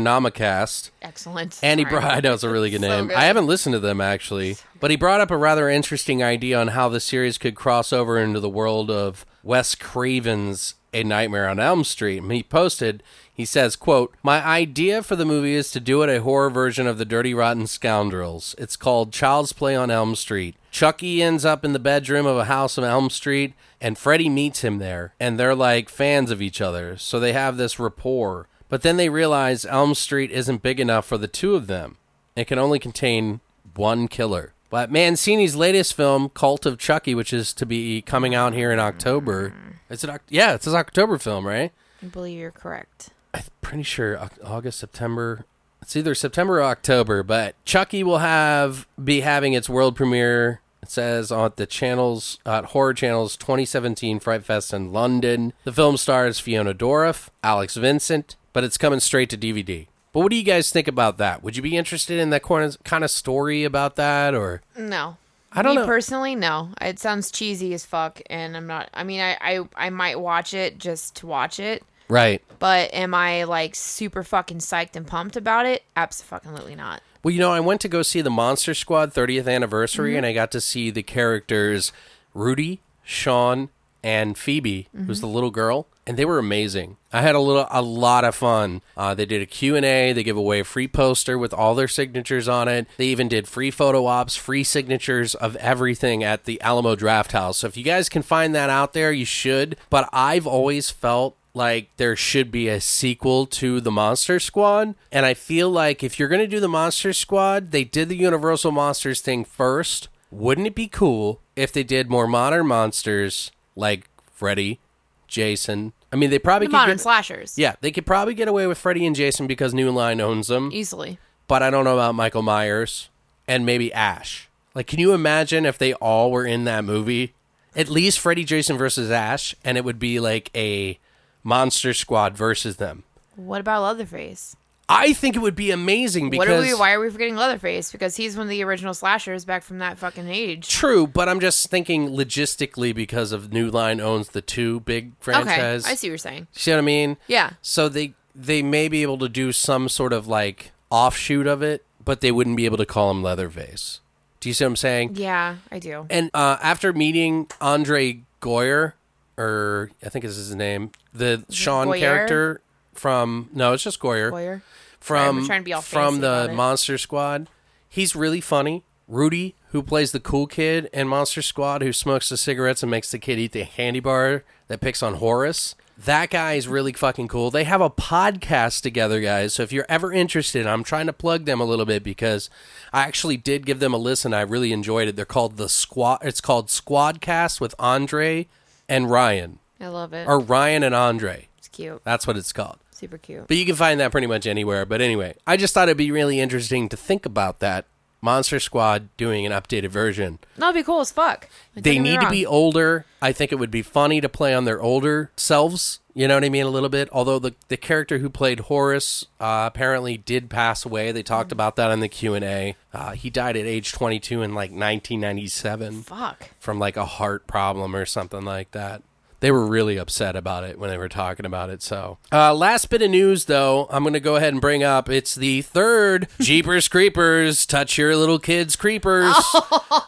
[SPEAKER 2] Necronomicast.
[SPEAKER 4] Excellent.
[SPEAKER 2] And he
[SPEAKER 4] Sorry.
[SPEAKER 2] brought, I know it's a really good name.
[SPEAKER 4] good.
[SPEAKER 2] I haven't listened to them actually, but he brought up a rather interesting idea on how the series could cross over into the world of Wes Craven's A Nightmare on Elm Street. And he posted, he says, quote, My idea for the movie is to do it a horror version of The Dirty Rotten Scoundrels. It's called Child's Play on Elm Street. Chucky ends up in the bedroom of a house on Elm Street, and Freddy meets him there, and they're like fans of each other, so they have this rapport. But then they realize Elm Street isn't big enough for the two of them. It can only contain one killer. But Mancini's latest film, Cult of Chucky, which is to be coming out here in October, it's an Oc- yeah, it's an October film, right?
[SPEAKER 4] I believe you're correct.
[SPEAKER 2] I'm pretty sure Oc- August, September. It's either September or October, but Chucky will have be having its world premiere. It says on the channels at Horror Channel's 2017 Fright Fest in London. The film stars Fiona Dorff, Alex Vincent, but it's coming straight to DVD. But what do you guys think about that? Would you be interested in that corn- kind of story about that, or
[SPEAKER 4] No.
[SPEAKER 2] I don't
[SPEAKER 4] Me
[SPEAKER 2] know.
[SPEAKER 4] personally, no. It sounds cheesy as fuck, and I'm not. I mean, I, I, I might watch it just to watch it,
[SPEAKER 2] right?
[SPEAKER 4] but am I like super fucking psyched and pumped about it? Absolutely not.
[SPEAKER 2] Well, you know, I went to go see the Monster Squad 30th anniversary, and I got to see the characters Rudy, Sean, and Phoebe, who's the little girl, and they were amazing. I had a little, a lot of fun. Uh, they did a Q and A. They give away a free poster with all their signatures on it. They even did free photo ops, free signatures of everything at the Alamo Draft House. So if you guys can find that out there, you should. But I've always felt like there should be a sequel to the Monster Squad. And I feel like if you're going to do the Monster Squad, they did the Universal Monsters thing first. Wouldn't it be cool if they did more modern monsters like Freddy, Jason? I mean, they probably
[SPEAKER 4] The
[SPEAKER 2] could
[SPEAKER 4] modern
[SPEAKER 2] get,
[SPEAKER 4] slashers.
[SPEAKER 2] yeah, they could probably get away with Freddy and Jason because New Line owns them
[SPEAKER 4] Easily.
[SPEAKER 2] but I don't know about Michael Myers and maybe Ash. Like, can you imagine if they all were in that movie? At least Freddy Jason versus Ash, and it would be like a Monster Squad versus them.
[SPEAKER 4] What about Leatherface?
[SPEAKER 2] I think it would be amazing because
[SPEAKER 4] What are we? Why are we forgetting Leatherface? Because he's one of the original slashers back from that fucking age.
[SPEAKER 2] true, but I'm just thinking logistically because of New Line owns the two big franchise.
[SPEAKER 4] Okay, I see what you're saying.
[SPEAKER 2] See what I mean?
[SPEAKER 4] Yeah.
[SPEAKER 2] So they they may be able to do some sort of like offshoot of it, but they wouldn't be able to call him Leatherface. Do you see what I'm saying?
[SPEAKER 4] Yeah, I do.
[SPEAKER 2] And uh, after meeting Andre Goyer, or I think is his name, the Sean
[SPEAKER 4] Goyer?
[SPEAKER 2] character, from no, it's just Goyer.
[SPEAKER 4] Goyer.
[SPEAKER 2] From
[SPEAKER 4] I'm trying to be all
[SPEAKER 2] from
[SPEAKER 4] fancy
[SPEAKER 2] the
[SPEAKER 4] about it.
[SPEAKER 2] Monster Squad. He's really funny. Rudy, who plays the cool kid in Monster Squad, who smokes the cigarettes and makes the kid eat the candy bar that picks on Horace. That guy is really fucking cool. They have a podcast together, guys. So if you're ever interested, I'm trying to plug them a little bit because I actually did give them a listen. I really enjoyed it. They're called the Squad. It's called Squadcast with Andre and Ryan,
[SPEAKER 4] I love it.
[SPEAKER 2] or Ryan and Andre.
[SPEAKER 4] it's cute.
[SPEAKER 2] That's what it's called.
[SPEAKER 4] Super cute.
[SPEAKER 2] But you can find that pretty much anywhere. But anyway, I just thought it'd be really interesting to think about that Monster Squad doing an updated version.
[SPEAKER 4] That'd be cool as fuck. Like,
[SPEAKER 2] They
[SPEAKER 4] don't get me
[SPEAKER 2] need to
[SPEAKER 4] wrong.
[SPEAKER 2] be older. I think it would be funny to play on their older selves. You know what I mean? A little bit. Although the the character who played Horace uh, apparently did pass away. They talked about that in the Q and A. Uh, he died at age 22 in like 1997
[SPEAKER 4] Fuck.
[SPEAKER 2] from like a heart problem or something like that. They were really upset about it when they were talking about it. So, uh, last bit of news though, I'm going to go ahead and bring up. It's the third Jeepers Creepers, touch your little kids creepers,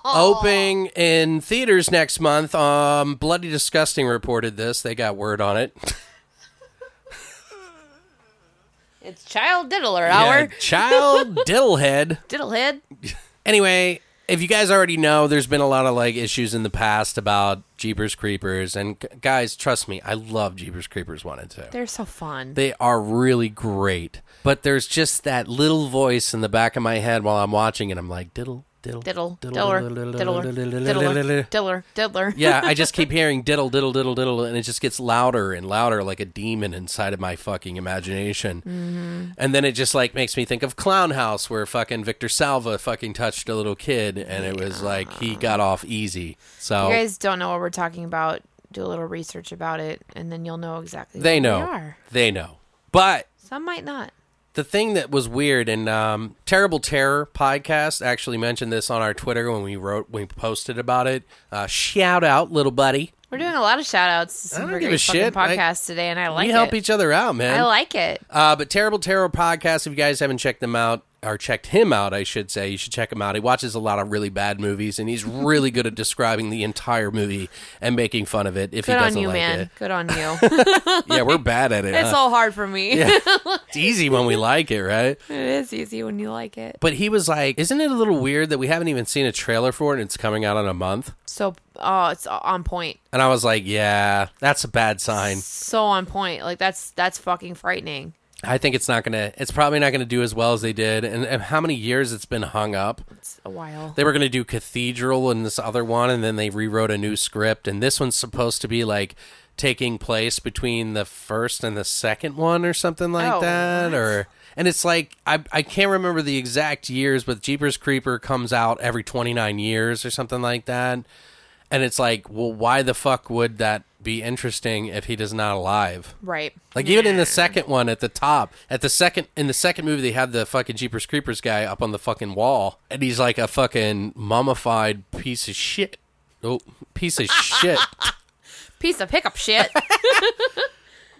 [SPEAKER 2] opening in theaters next month. Um, Bloody disgusting reported this. They got word on it.
[SPEAKER 4] It's Child Diddler
[SPEAKER 2] Yeah,
[SPEAKER 4] Hour.
[SPEAKER 2] child diddlehead.
[SPEAKER 4] Diddlehead.
[SPEAKER 2] Anyway, if you guys already know, there's been a lot of like issues in the past about Jeepers Creepers, and g- guys, trust me, I love Jeepers Creepers one and two.
[SPEAKER 4] They're so fun.
[SPEAKER 2] They are really great, but there's just that little voice in the back of my head while I'm watching it. I'm like diddle, diddle,
[SPEAKER 4] Diddle, diddler, diddler, diddler, diddler, diddler.
[SPEAKER 2] Yeah, I just keep hearing diddle, diddle, diddle, diddle, and it just gets louder and louder like a demon inside of my fucking imagination.
[SPEAKER 4] Mm-hmm.
[SPEAKER 2] And then it just like makes me think of Clown House, where fucking Victor Salva fucking touched a little kid, and it was like he got off easy. So
[SPEAKER 4] You guys don't know what we're talking about. Do a little research about it, and then you'll know exactly.
[SPEAKER 2] they
[SPEAKER 4] what
[SPEAKER 2] know,
[SPEAKER 4] They are.
[SPEAKER 2] they know. But
[SPEAKER 4] Some might not.
[SPEAKER 2] the thing that was weird and um, terrible terror podcast actually mentioned this on our Twitter when we wrote when we posted about it. Uh, shout out, little buddy.
[SPEAKER 4] We're doing a lot of shout outs to some
[SPEAKER 2] don't
[SPEAKER 4] freaking
[SPEAKER 2] give a
[SPEAKER 4] fucking
[SPEAKER 2] shit. I-
[SPEAKER 4] podcasts today, and I like
[SPEAKER 2] we help
[SPEAKER 4] it.
[SPEAKER 2] each other out, man.
[SPEAKER 4] I like it.
[SPEAKER 2] Uh, but Terrible Terror podcast, if you guys haven't checked them out, or checked him out, I should say, you should check him out. He watches a lot of really bad movies, and he's really good at describing the entire movie and making fun of it if
[SPEAKER 4] Good
[SPEAKER 2] he
[SPEAKER 4] on
[SPEAKER 2] doesn't
[SPEAKER 4] you,
[SPEAKER 2] like
[SPEAKER 4] man.
[SPEAKER 2] it.
[SPEAKER 4] Good on you.
[SPEAKER 2] Yeah, we're bad at it.
[SPEAKER 4] it's
[SPEAKER 2] huh?
[SPEAKER 4] all hard for me.
[SPEAKER 2] It's easy when we like it, right?
[SPEAKER 4] it is easy when you like it.
[SPEAKER 2] But he was like, isn't it a little weird that we haven't even seen a trailer for it and it's coming out in a month?
[SPEAKER 4] So, oh, it's on point.
[SPEAKER 2] And I was like, yeah, that's a bad sign.
[SPEAKER 4] So on point. Like that's that's fucking frightening.
[SPEAKER 2] I think it's not going to, it's probably not going to do as well as they did. And, and how many years it's been hung up.
[SPEAKER 4] It's a while.
[SPEAKER 2] They were going to do Cathedral and this other one, and then they rewrote a new script. And this one's supposed to be like taking place between the first and the second one or something like
[SPEAKER 4] Oh,
[SPEAKER 2] that.
[SPEAKER 4] what?
[SPEAKER 2] Or. And it's like I, I can't remember the exact years, but Jeepers Creeper comes out every 29 years or something like that. And it's like, well, why the fuck would that be interesting if he is not alive?
[SPEAKER 4] right.
[SPEAKER 2] Like even in the second one at the top, at the second in the second movie, they have the fucking Jeepers Creepers guy up on the fucking wall, and he's like a fucking mummified piece of shit. Oh, piece of shit.
[SPEAKER 4] Piece of hiccup shit.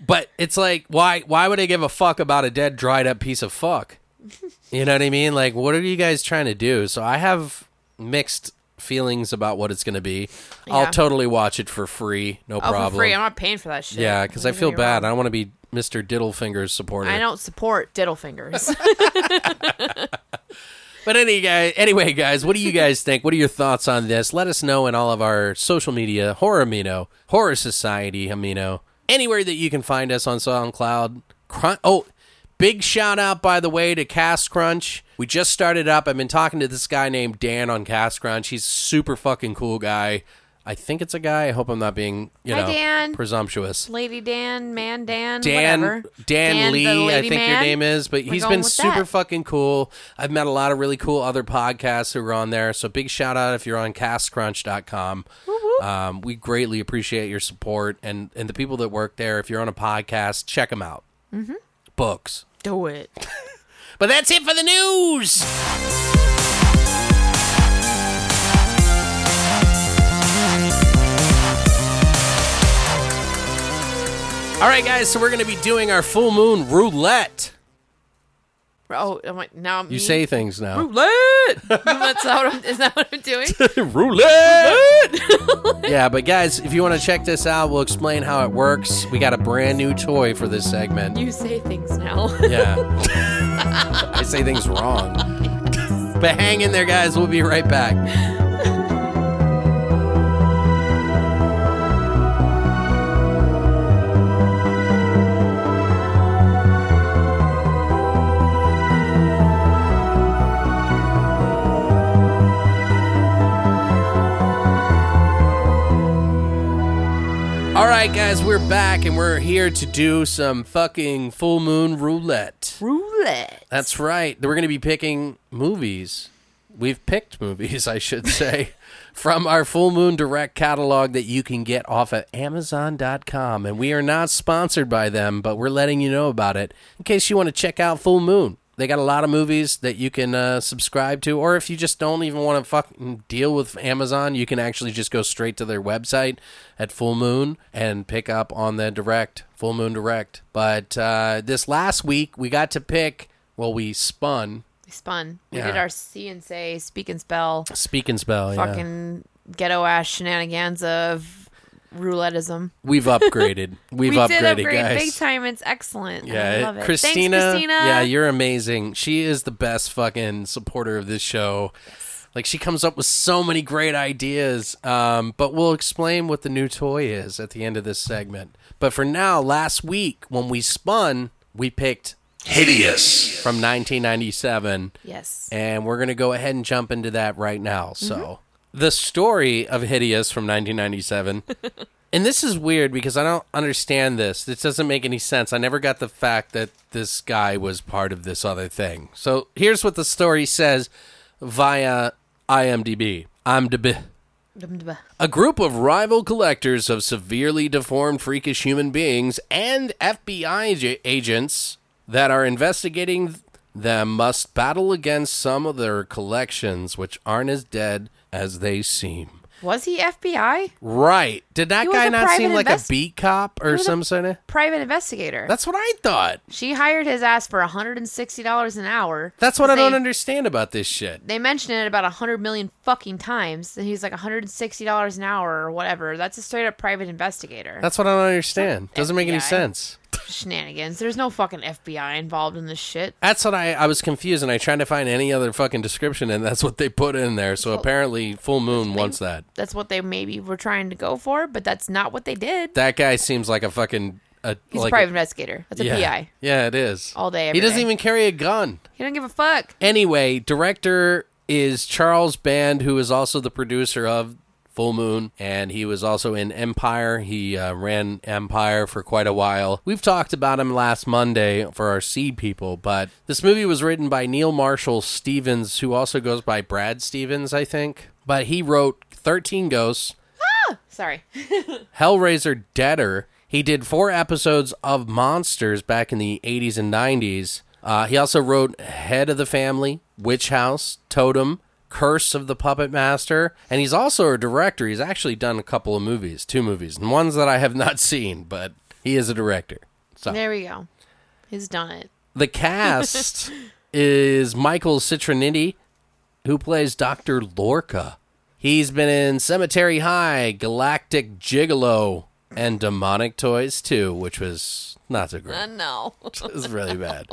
[SPEAKER 2] But it's like, why? Why would I give a fuck about a dead, dried up piece of fuck? You know what I mean? Like, what are you guys trying to do? So I have mixed feelings about what it's going to be.
[SPEAKER 4] Yeah.
[SPEAKER 2] I'll totally watch it for free, no
[SPEAKER 4] oh,
[SPEAKER 2] problem.
[SPEAKER 4] for free. I'm not paying for that shit.
[SPEAKER 2] yeah, because I
[SPEAKER 4] Don't get
[SPEAKER 2] feel
[SPEAKER 4] me
[SPEAKER 2] bad. I
[SPEAKER 4] wrong.
[SPEAKER 2] don't want to be Mister Diddlefingers supporter.
[SPEAKER 4] I don't support diddle fingers.
[SPEAKER 2] But any guy, anyway, guys, what do you guys think? What are your thoughts on this? Let us know in all of our social media, Horror Amino, Horror Society Amino, anywhere that you can find us on SoundCloud. Crunch. Oh, big shout out by the way to Cast Crunch. We just started up. I've been talking to this guy named Dan on Cast Crunch. He's a super fucking cool guy. I think it's a guy. I hope I'm not being you
[SPEAKER 4] Hi,
[SPEAKER 2] know
[SPEAKER 4] Dan.
[SPEAKER 2] presumptuous.
[SPEAKER 4] Lady Dan, Man Dan,
[SPEAKER 2] Dan
[SPEAKER 4] whatever.
[SPEAKER 2] Dan,
[SPEAKER 4] the
[SPEAKER 2] Lee, I
[SPEAKER 4] lady
[SPEAKER 2] think your
[SPEAKER 4] man.
[SPEAKER 2] name is, but
[SPEAKER 4] We're
[SPEAKER 2] he's
[SPEAKER 4] going
[SPEAKER 2] been
[SPEAKER 4] with
[SPEAKER 2] super
[SPEAKER 4] that.
[SPEAKER 2] fucking cool. I've met a lot of really cool other podcasts who are on there. So big shout out if you're on castcrunch.com. Um, we greatly appreciate your support and and the people that work there. If you're on a podcast, check them out. Mm-hmm. Books.
[SPEAKER 4] Do it.
[SPEAKER 2] But that's it for the news. All right, guys, so we're going to be doing our full moon roulette.
[SPEAKER 4] Oh, I'm like, now I'm
[SPEAKER 2] You
[SPEAKER 4] me.
[SPEAKER 2] say things now.
[SPEAKER 4] roulette. That's not what I'm, is that what I'm doing?
[SPEAKER 2] Roulette. yeah, but guys, if you want to check this out, we'll explain how it works. We got a brand new toy for this segment.
[SPEAKER 4] You say things now.
[SPEAKER 2] Yeah. I say things wrong. But hang in there, guys. We'll be right back. All right, guys, we're back and we're here to do some fucking full moon roulette.
[SPEAKER 4] roulette.
[SPEAKER 2] That's right. We're going to be picking movies. We've picked movies, I should say, from our Full Moon Direct catalog that you can get off at Amazon.com. And we are not sponsored by them, but we're letting you know about it in case you want to check out Full Moon. They got a lot of movies that you can uh, subscribe to, or if you just don't even want to fucking deal with Amazon, you can actually just go straight to their website at Full Moon and pick up on the direct, Full Moon Direct. But uh, this last week, we got to pick well, we spun
[SPEAKER 4] We spun. We
[SPEAKER 2] Yeah.
[SPEAKER 4] did our see and say, speak and spell,
[SPEAKER 2] Speak and Spell. Yeah.
[SPEAKER 4] fucking ghetto ass shenanigans of rouletteism.
[SPEAKER 2] We've upgraded. We've
[SPEAKER 4] we
[SPEAKER 2] upgraded,
[SPEAKER 4] did upgrade
[SPEAKER 2] guys.
[SPEAKER 4] big time. It's excellent.
[SPEAKER 2] Yeah,
[SPEAKER 4] I love it.
[SPEAKER 2] Christina,
[SPEAKER 4] Thanks, Christina.
[SPEAKER 2] Yeah, you're amazing. She is the best fucking supporter of this show. Like she comes up with so many great ideas. Um, but we'll explain what the new toy is at the end of this segment. But for now, last week when we spun, we picked
[SPEAKER 1] Hideous.
[SPEAKER 2] from 1997.
[SPEAKER 4] yes.
[SPEAKER 2] And we're going to go ahead and jump into that right now. So, the story of Hideous from 1997. and this is weird because I don't understand this. This doesn't make any sense. I never got the fact that this guy was part of this other thing. So, here's what the story says via IMDb. I'm
[SPEAKER 4] Dum dum.
[SPEAKER 2] a group of rival collectors of severely deformed freakish human beings and FBI ag- agents that are investigating them must battle against some of their collections, which aren't as dead as they seem.
[SPEAKER 4] Was he FBI?
[SPEAKER 2] Right. Did that
[SPEAKER 4] He was
[SPEAKER 2] guy
[SPEAKER 4] a
[SPEAKER 2] not
[SPEAKER 4] private
[SPEAKER 2] seem like
[SPEAKER 4] invest-
[SPEAKER 2] a beat cop or
[SPEAKER 4] was a-
[SPEAKER 2] some sort of?
[SPEAKER 4] Private investigator.
[SPEAKER 2] That's what I thought.
[SPEAKER 4] she hired his ass for $160 an hour.
[SPEAKER 2] That's what I
[SPEAKER 4] They-
[SPEAKER 2] don't understand about this shit.
[SPEAKER 4] They mentioned it about 100 million fucking times. And he's like $160 an hour or whatever. That's a straight up private investigator.
[SPEAKER 2] That's what I don't understand. Doesn't make any
[SPEAKER 4] FBI.
[SPEAKER 2] sense.
[SPEAKER 4] shenanigans. There's no fucking FBI involved in this shit.
[SPEAKER 2] That's what I, I was confused, and I tried to find any other fucking description, and that's what they put in there. So apparently, Full Moon wants that.
[SPEAKER 4] That's what they maybe were trying to go for, but that's not what they did.
[SPEAKER 2] That guy seems like a fucking. A,
[SPEAKER 4] He's
[SPEAKER 2] like
[SPEAKER 4] a private investigator. That's a
[SPEAKER 2] yeah.
[SPEAKER 4] PI.
[SPEAKER 2] Yeah, it is.
[SPEAKER 4] All day,
[SPEAKER 2] he
[SPEAKER 4] every
[SPEAKER 2] doesn't
[SPEAKER 4] day.
[SPEAKER 2] even carry a gun.
[SPEAKER 4] He don't give a fuck.
[SPEAKER 2] Anyway, director is Charles Band, who is also the producer of Full Moon, and he was also in Empire. He uh, ran Empire for quite a while. We've talked about him last Monday for our Seed people, but this movie was written by Neil Marshall Stevens, who also goes by Brad Stevens, I think. But he wrote 13 Ghosts,
[SPEAKER 4] Sorry.
[SPEAKER 2] Hellraiser Deader. He did four episodes of Monsters back in the 80s and 90s. Uh, he also wrote Head of the Family, Witch House, Totem, Curse of the Puppet Master, and he's also a director. He's actually done a couple of movies, two movies, and ones that I have not seen, but he is a director. So
[SPEAKER 4] There we go. He's done it.
[SPEAKER 2] the cast is Michael Citroniti, who plays Dr. Lorca. He's been in Cemetery High, Galactic Gigolo, and Demonic Toys too, which was not so
[SPEAKER 4] Uh,
[SPEAKER 2] great.
[SPEAKER 4] no.
[SPEAKER 2] It was really bad.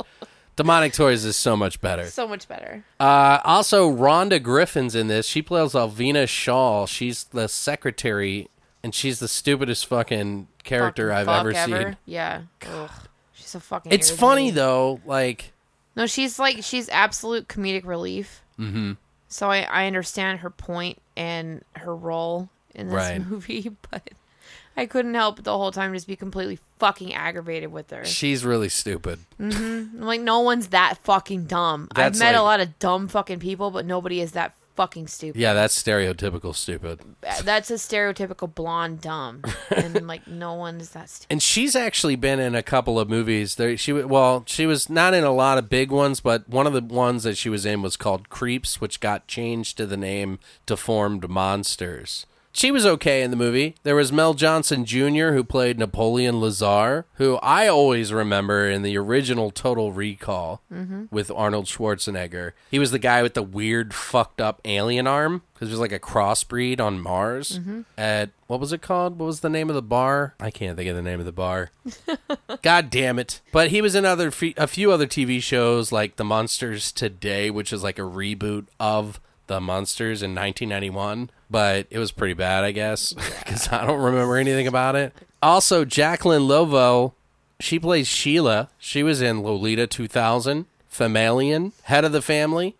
[SPEAKER 2] Demonic Toys is so much better.
[SPEAKER 4] so much better.
[SPEAKER 2] Uh, also, Rhonda Griffin's in this. She plays Alvina Shaw. She's the secretary, and she's the stupidest fucking character
[SPEAKER 4] Fucking
[SPEAKER 2] I've
[SPEAKER 4] fuck
[SPEAKER 2] ever, seen.
[SPEAKER 4] Yeah. Ugh. She's so fucking.
[SPEAKER 2] It's
[SPEAKER 4] irritating.
[SPEAKER 2] funny though, like
[SPEAKER 4] No, she's like she's absolute comedic relief. Mm-hmm. So I I understand her point and her role in this
[SPEAKER 2] Right.
[SPEAKER 4] movie, but I couldn't help the whole time just be completely fucking aggravated with her.
[SPEAKER 2] she's really stupid.
[SPEAKER 4] I'm like no one's that fucking dumb.
[SPEAKER 2] That's
[SPEAKER 4] I've met a
[SPEAKER 2] like-
[SPEAKER 4] lot of dumb fucking people, but nobody is that fucking stupid. Uh,
[SPEAKER 2] Yeah, that's stereotypical stupid.
[SPEAKER 4] That's a stereotypical blonde dumb, and like no one is that stupid.
[SPEAKER 2] And she's actually been in a couple of movies. There, she wa- well, she was not in a lot of big ones, but one of the ones that she was in was called Creeps, which got changed to the name Deformed Monsters. She was okay in the movie. There was Mel Johnson Jr., who played Napoleon Lazar, who I always remember in the original Total Recall with Arnold Schwarzenegger. He was the guy with the weird, fucked up alien arm because he was like a crossbreed on Mars at what was it called? What was the name of the bar? I can't think of the name of the bar. God damn it! But he was in other fe- a few other TV shows like The Monsters Today, which is like a reboot of The Monsters in 1991. But it was pretty bad, I guess, because I don't remember anything about it. Also, Jacqueline Lovo, she plays Sheila. She was in Lolita 2000, Familian, Head of the Family.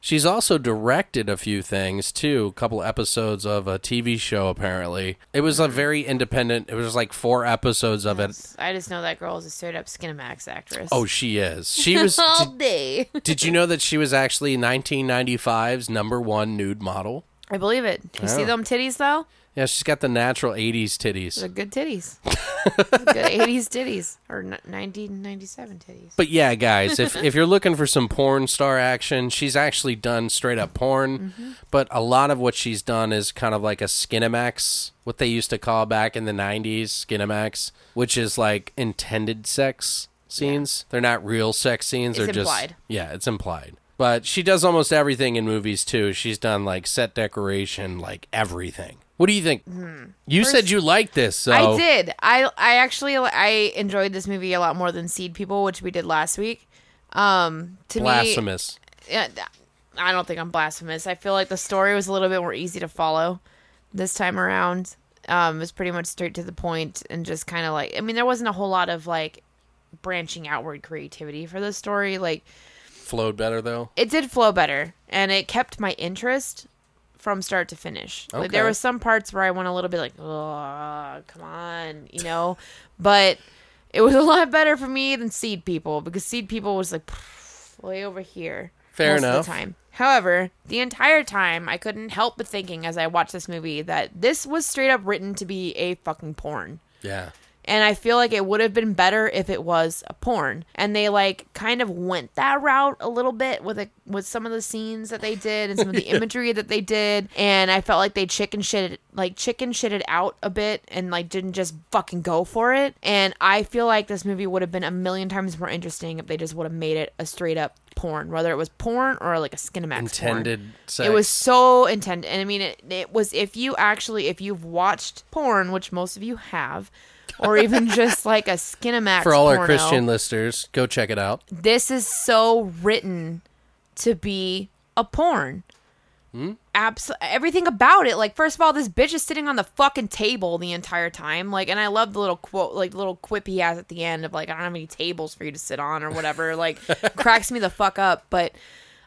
[SPEAKER 2] She's also directed a few things too, a couple episodes of a TV show apparently. It was a very independent. It was like four episodes of it.
[SPEAKER 4] I just know that girl is a straight up Skinamax actress.
[SPEAKER 2] Oh, she is. She was.
[SPEAKER 4] all
[SPEAKER 2] did,
[SPEAKER 4] day.
[SPEAKER 2] did you know that she was actually 1995's number one nude model?
[SPEAKER 4] I believe it. You
[SPEAKER 2] Oh.
[SPEAKER 4] see them titties though?
[SPEAKER 2] Yeah, she's got the natural 80s titties.
[SPEAKER 4] They're good titties. good eighties titties or n- nineteen ninety seven titties.
[SPEAKER 2] But yeah, guys, if, if you're looking for some porn star action, she's actually done straight up porn.
[SPEAKER 4] Mm-hmm.
[SPEAKER 2] But a lot of what she's done is kind of like a Skinamax, what they used to call back in the 90s Skinamax, which is like intended sex scenes. They're not real sex scenes.
[SPEAKER 4] It's
[SPEAKER 2] they're
[SPEAKER 4] implied.
[SPEAKER 2] just. Yeah, it's implied. But she does almost everything in movies too. She's done like set decoration, like everything. What do you think? You said you liked this, so
[SPEAKER 4] Hmm. I did. I I actually I enjoyed this movie a lot more than Seed People, which we did last week. Um, to me,
[SPEAKER 2] blasphemous.
[SPEAKER 4] Yeah, th- I don't think I'm blasphemous. I feel like the story was a little bit more easy to follow this time around. Um, it was pretty much straight to the point and just kind of like I mean, there wasn't a whole lot of like branching outward creativity for this story. Like
[SPEAKER 2] Flowed better though.
[SPEAKER 4] it did flow better and it kept my interest from start to finish. Like there
[SPEAKER 2] Okay.
[SPEAKER 4] were some parts where I went a little bit like, oh, come on, you know, but it was a lot better for me than Seed People because Seed People was like "Pff, way over here.
[SPEAKER 2] Fair
[SPEAKER 4] most
[SPEAKER 2] enough.
[SPEAKER 4] Of the time. However, the entire time I couldn't help but thinking as I watched this movie that this was straight up written to be a fucking porn
[SPEAKER 2] Yeah.
[SPEAKER 4] and I feel like it would have been better if it was a porn. And they like kind of went that route a little bit with a, with some of the scenes that they did and some of the imagery that they did. And I felt like they chicken shit like chicken shitted out a bit and like didn't just fucking go for it. And I feel like this movie would have been a million times more interesting if they just would have made it a straight up porn, whether it was porn or like a Skinamax
[SPEAKER 2] Intended
[SPEAKER 4] Porn.
[SPEAKER 2] sex.
[SPEAKER 4] It was so intended, and I mean, it, it was if you actually if you've watched porn, which most of you have, or even just like a Skinamax
[SPEAKER 2] for all our
[SPEAKER 4] porno,
[SPEAKER 2] Christian listeners, go check it out.
[SPEAKER 4] This is so written to be a porn.
[SPEAKER 2] Hmm?
[SPEAKER 4] Abs- everything about it. Like, first of all, this bitch is sitting on the fucking table the entire time. Like, and I love the little quote, like little quip he has at the end of like, I don't have any tables for you to sit on or whatever. Like, cracks me the fuck up. But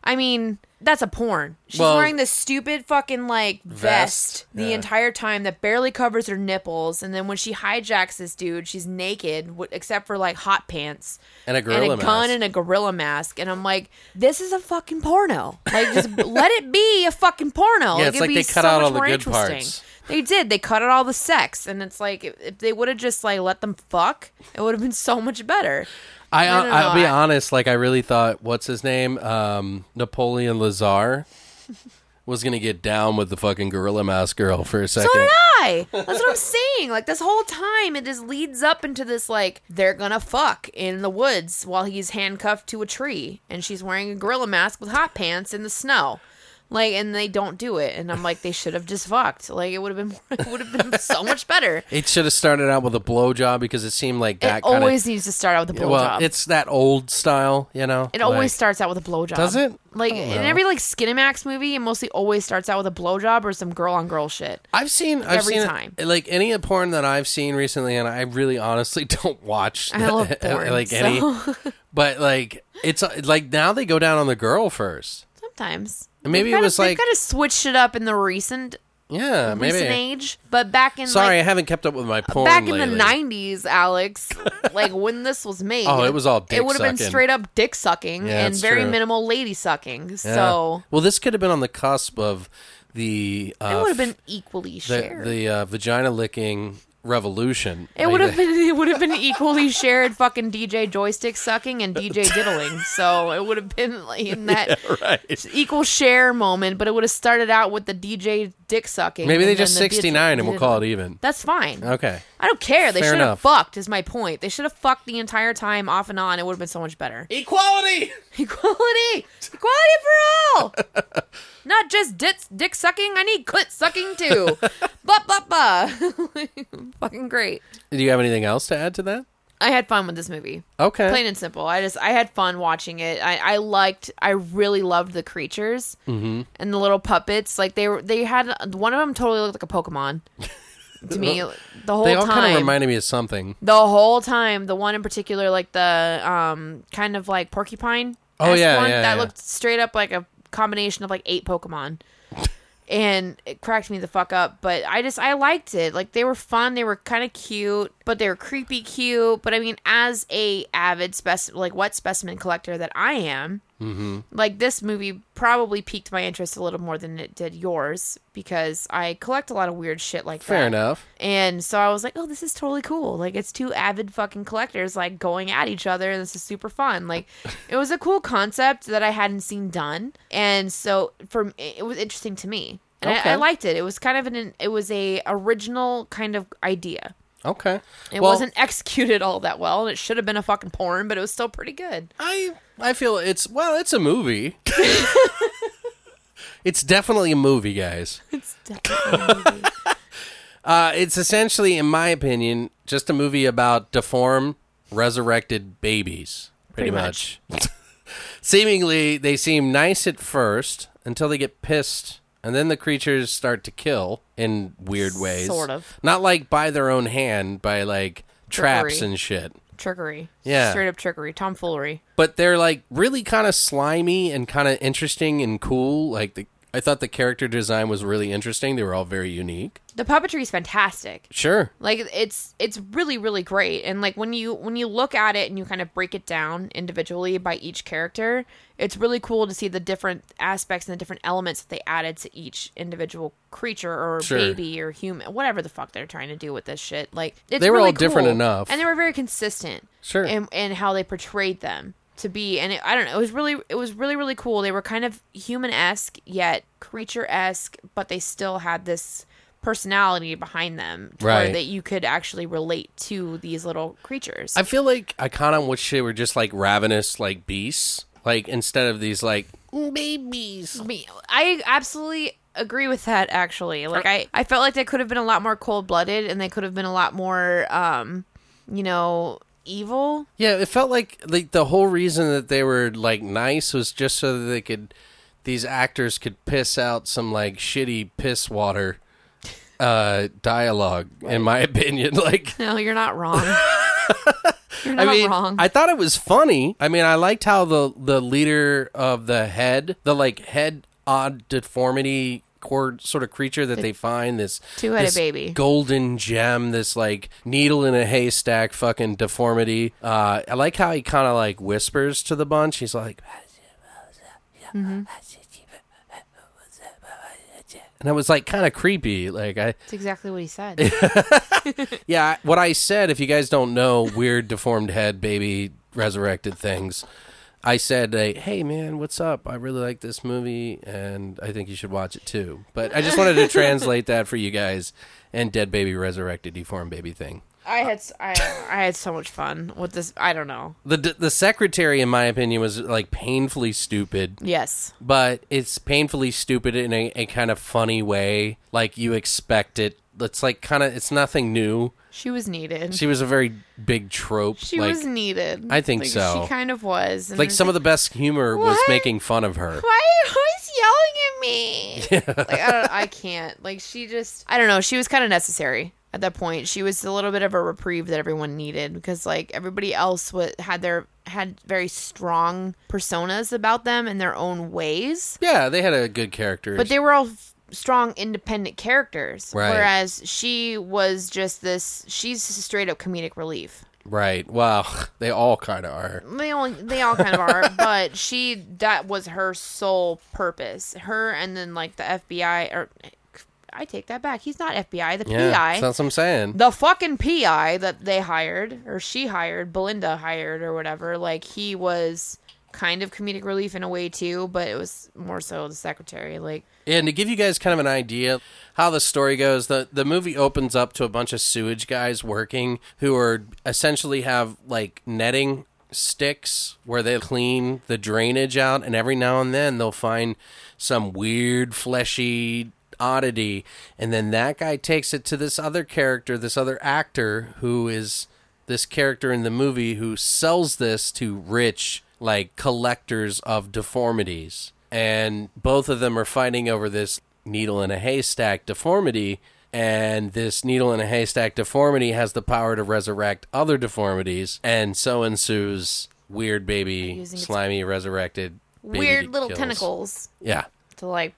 [SPEAKER 4] I mean, that's a porn. She's
[SPEAKER 2] Well-
[SPEAKER 4] wearing this stupid fucking like vest,
[SPEAKER 2] Vest,
[SPEAKER 4] the
[SPEAKER 2] yeah.
[SPEAKER 4] entire time that barely covers her nipples, and then when she hijacks this dude, she's naked w- except for like hot pants
[SPEAKER 2] And a gorilla
[SPEAKER 4] and a gun
[SPEAKER 2] mask.
[SPEAKER 4] and a gorilla mask, and I'm like, this is a fucking porno. Like, just let it be a fucking porno.
[SPEAKER 2] Yeah, it's
[SPEAKER 4] it'd
[SPEAKER 2] like
[SPEAKER 4] be
[SPEAKER 2] they cut
[SPEAKER 4] so
[SPEAKER 2] out
[SPEAKER 4] much
[SPEAKER 2] all the
[SPEAKER 4] more
[SPEAKER 2] good
[SPEAKER 4] interesting.
[SPEAKER 2] parts.
[SPEAKER 4] They did. They cut out all the sex, and it's like if- if they would have just like let them fuck, it would have been so much better.
[SPEAKER 2] I,
[SPEAKER 4] No, no, no,
[SPEAKER 2] I'll be
[SPEAKER 4] I-
[SPEAKER 2] honest. Like I really thought, what's his name, um, Napoleon Lazar, was gonna get down with the fucking gorilla mask girl for a second.
[SPEAKER 4] So did I. That's what I'm saying. Like this whole time, it just leads up into this like they're gonna fuck in the woods while he's handcuffed to a tree, and she's wearing a gorilla mask with hot pants in the snow. Like, and they don't do it, and I'm like, they should have just fucked. Like, it would have been, it would have been so much better.
[SPEAKER 2] it should have started out with a blowjob because it seemed like that
[SPEAKER 4] it
[SPEAKER 2] kind
[SPEAKER 4] always needs to start out with a
[SPEAKER 2] of.
[SPEAKER 4] blowjob.
[SPEAKER 2] Well, it's that old style, you know.
[SPEAKER 4] It always
[SPEAKER 2] like,
[SPEAKER 4] starts out with a blowjob.
[SPEAKER 2] Does it? Oh,
[SPEAKER 4] Like
[SPEAKER 2] I don't
[SPEAKER 4] in
[SPEAKER 2] know.
[SPEAKER 4] every like Skinemax movie, it mostly always starts out with a blowjob or some girl on girl shit.
[SPEAKER 2] I've seen. I've
[SPEAKER 4] every
[SPEAKER 2] seen
[SPEAKER 4] time.
[SPEAKER 2] like any of porn that I've seen recently, and I really honestly don't watch.
[SPEAKER 4] I love porn,
[SPEAKER 2] like any,
[SPEAKER 4] so-
[SPEAKER 2] but like it's uh, like now they go down on the girl first.
[SPEAKER 4] Sometimes.
[SPEAKER 2] And maybe
[SPEAKER 4] They've
[SPEAKER 2] it
[SPEAKER 4] kinda-
[SPEAKER 2] was like-
[SPEAKER 4] they've kind of switched it up in the recent
[SPEAKER 2] Yeah, maybe.
[SPEAKER 4] recent age, but back in
[SPEAKER 2] Sorry, I
[SPEAKER 4] like,
[SPEAKER 2] haven't kept up with my porn
[SPEAKER 4] back
[SPEAKER 2] lately.
[SPEAKER 4] in the nineties, Alex, like when this was made.
[SPEAKER 2] Oh, it was all dick
[SPEAKER 4] It would have been
[SPEAKER 2] sucking.
[SPEAKER 4] straight up dick sucking
[SPEAKER 2] Yeah,
[SPEAKER 4] and
[SPEAKER 2] that's
[SPEAKER 4] very
[SPEAKER 2] true.
[SPEAKER 4] minimal lady sucking.
[SPEAKER 2] Yeah.
[SPEAKER 4] So
[SPEAKER 2] well, this could have been on the cusp of the uh,
[SPEAKER 4] it would have been equally shared.
[SPEAKER 2] the, the uh, vagina licking revolution.
[SPEAKER 4] It would have been it would have been equally shared fucking DJ joystick sucking and DJ diddling. So it would have been like in that
[SPEAKER 2] right.
[SPEAKER 4] equal share moment, but it would have started out with the DJ dick sucking.
[SPEAKER 2] Maybe they
[SPEAKER 4] and
[SPEAKER 2] just
[SPEAKER 4] then the bitch-
[SPEAKER 2] 69 and we'll call it even.
[SPEAKER 4] That's fine.
[SPEAKER 2] Okay.
[SPEAKER 4] I don't care. They
[SPEAKER 2] Fair
[SPEAKER 4] should have
[SPEAKER 2] enough.
[SPEAKER 4] fucked. Is my point. They should have fucked the entire time off and on. It would have been so much better.
[SPEAKER 2] Equality.
[SPEAKER 4] Equality, equality for all. Not just dick, dick sucking. I need clit sucking too. Ba ba ba. Fucking great.
[SPEAKER 2] Do you have anything else to add to that?
[SPEAKER 4] I had fun with this movie.
[SPEAKER 2] Okay.
[SPEAKER 4] Plain and simple. I just I had fun watching it. I I liked. I really loved the creatures
[SPEAKER 2] Mm-hmm.
[SPEAKER 4] and the little puppets. Like they were. They had one of them totally looked like a Pokemon. To me, the whole
[SPEAKER 2] they all kind
[SPEAKER 4] time.
[SPEAKER 2] of reminded me of something.
[SPEAKER 4] the whole time, the one in particular, like the um kind of like porcupine.
[SPEAKER 2] Oh, yeah,
[SPEAKER 4] one,
[SPEAKER 2] yeah,
[SPEAKER 4] that
[SPEAKER 2] yeah.
[SPEAKER 4] looked straight up like a combination of like eight Pokemon. And it cracked me the fuck up, but I just I liked it. Like they were fun, they were kind of cute, but they were creepy cute. But I mean, as a avid spec like what specimen collector that I am,
[SPEAKER 2] Mm-hmm.
[SPEAKER 4] like this movie probably piqued my interest a little more than it did yours because I collect a lot of weird shit like that.
[SPEAKER 2] Fair enough.
[SPEAKER 4] And so I was like, oh, this is totally cool. Like, it's two avid fucking collectors, like, going at each other. And this is super fun. Like, it was a cool concept that I hadn't seen done. And so for it was interesting to me. And
[SPEAKER 2] Okay.
[SPEAKER 4] I, I liked it. It was kind of an, it was a original kind of idea.
[SPEAKER 2] Okay.
[SPEAKER 4] It
[SPEAKER 2] Well,
[SPEAKER 4] wasn't executed all that well. And it should have been a fucking porn, but it was still pretty good.
[SPEAKER 2] I I feel it's well, it's a movie. it's definitely a movie, guys.
[SPEAKER 4] It's definitely a movie.
[SPEAKER 2] Uh, it's essentially, in my opinion, just a movie about deformed, resurrected babies. Pretty,
[SPEAKER 4] Pretty
[SPEAKER 2] much. Seemingly, they seem nice at first until they get pissed, and then the creatures start to kill in weird ways.
[SPEAKER 4] Sort of.
[SPEAKER 2] Not like by their own hand, by like traps
[SPEAKER 4] Trickery.
[SPEAKER 2] and shit.
[SPEAKER 4] trickery.
[SPEAKER 2] Yeah.
[SPEAKER 4] Straight up trickery. Tomfoolery.
[SPEAKER 2] but they're like really kind of slimy and kind of interesting and cool. Like the, I thought the character design was really interesting. They were all very unique.
[SPEAKER 4] The puppetry is fantastic.
[SPEAKER 2] Sure.
[SPEAKER 4] like it's it's really really great and like when you when you look at it and you kind of break it down individually by each character it's really cool to see the different aspects and the different elements that they added to each individual creature or
[SPEAKER 2] Sure.
[SPEAKER 4] baby or human whatever the fuck they're trying to do with this shit like it's
[SPEAKER 2] They were
[SPEAKER 4] really
[SPEAKER 2] all different
[SPEAKER 4] cool.
[SPEAKER 2] enough.
[SPEAKER 4] and they were very consistent
[SPEAKER 2] Sure.
[SPEAKER 4] in, in how they portrayed them to be and it, i don't know it was really it was really really cool they were kind of human-esque yet creature-esque but they still had this personality behind them to where
[SPEAKER 2] Right.
[SPEAKER 4] that you could actually relate to these little creatures
[SPEAKER 2] I feel like I kind of wish they were just like ravenous, like beasts, like instead of these like babies.
[SPEAKER 4] I mean, I absolutely agree with that actually like i i felt like they could have been a lot more cold-blooded and they could have been a lot more um you know evil
[SPEAKER 2] Yeah, it felt like like the whole reason that they were like nice was just so that they could these actors could piss out some like shitty piss water uh dialogue in my opinion like
[SPEAKER 4] no you're not wrong you're not
[SPEAKER 2] I mean,
[SPEAKER 4] wrong
[SPEAKER 2] I thought it was funny. I mean, I liked how the the leader of the head, the like head odd deformity cord sort of creature that they find this
[SPEAKER 4] Two-headed
[SPEAKER 2] this
[SPEAKER 4] baby.
[SPEAKER 2] golden gem, this like needle in a haystack fucking deformity. Uh, I like how he kind of like whispers to the bunch. He's like.
[SPEAKER 4] Mm-hmm.
[SPEAKER 2] And it was like kind of creepy. Like I,
[SPEAKER 4] that's exactly what he said
[SPEAKER 2] yeah, what I said, if you guys don't know, weird deformed head baby resurrected things. I said, like, "Hey man, what's up? I really like this movie, and I think you should watch it too." But I just wanted to translate that for you guys and dead baby resurrected deformed baby thing.
[SPEAKER 4] I had s- I, I had so much fun with this. I don't know.
[SPEAKER 2] The d- the secretary, in my opinion, was like painfully stupid.
[SPEAKER 4] Yes,
[SPEAKER 2] but it's painfully stupid in a, a kind of funny way. Like you expect it. It's like kind of it's nothing new.
[SPEAKER 4] she was needed. She,
[SPEAKER 2] She was a very big trope. like,
[SPEAKER 4] was needed.
[SPEAKER 2] I think
[SPEAKER 4] Like,
[SPEAKER 2] so.
[SPEAKER 4] She kind of was. And
[SPEAKER 2] Like
[SPEAKER 4] it's
[SPEAKER 2] some of the best humor was
[SPEAKER 4] What?
[SPEAKER 2] making fun of her.
[SPEAKER 4] Why are you always yelling at me? like I don't. I can't. Like she just. I don't know. She was kind of necessary at that point. She was a little bit of a reprieve that everyone needed because like everybody else wa had their had very strong personas about them in their own ways.
[SPEAKER 2] Yeah, they had a good character.
[SPEAKER 4] But they were all f- strong, independent characters.
[SPEAKER 2] Right.
[SPEAKER 4] Whereas she was just this. She's straight up comedic relief.
[SPEAKER 2] right. Wow. They all kind of are.
[SPEAKER 4] They all they all kind of are, but she that was her sole purpose. Her and then like the FBI or I take that back. He's not FBI. The
[SPEAKER 2] Yeah,
[SPEAKER 4] PI.
[SPEAKER 2] so that's what I'm saying.
[SPEAKER 4] the fucking PI that they hired or she hired, Belinda hired or whatever, like he was kind of comedic relief in a way too, but it was more so the secretary. Like
[SPEAKER 2] And to give you guys kind of an idea how the story goes, the the movie opens up to a bunch of sewage guys working who are essentially have like netting sticks where they clean the drainage out and every now and then they'll find some weird fleshy oddity and then that guy takes it to this other character, this other actor who is this character in the movie who sells this to rich like collectors of deformities and both of them are fighting over this needle in a haystack deformity and this needle in a haystack deformity has the power to resurrect other deformities and so ensues weird baby
[SPEAKER 4] Using its-
[SPEAKER 2] slimy resurrected baby
[SPEAKER 4] weird little
[SPEAKER 2] kills.
[SPEAKER 4] tentacles
[SPEAKER 2] yeah
[SPEAKER 4] to like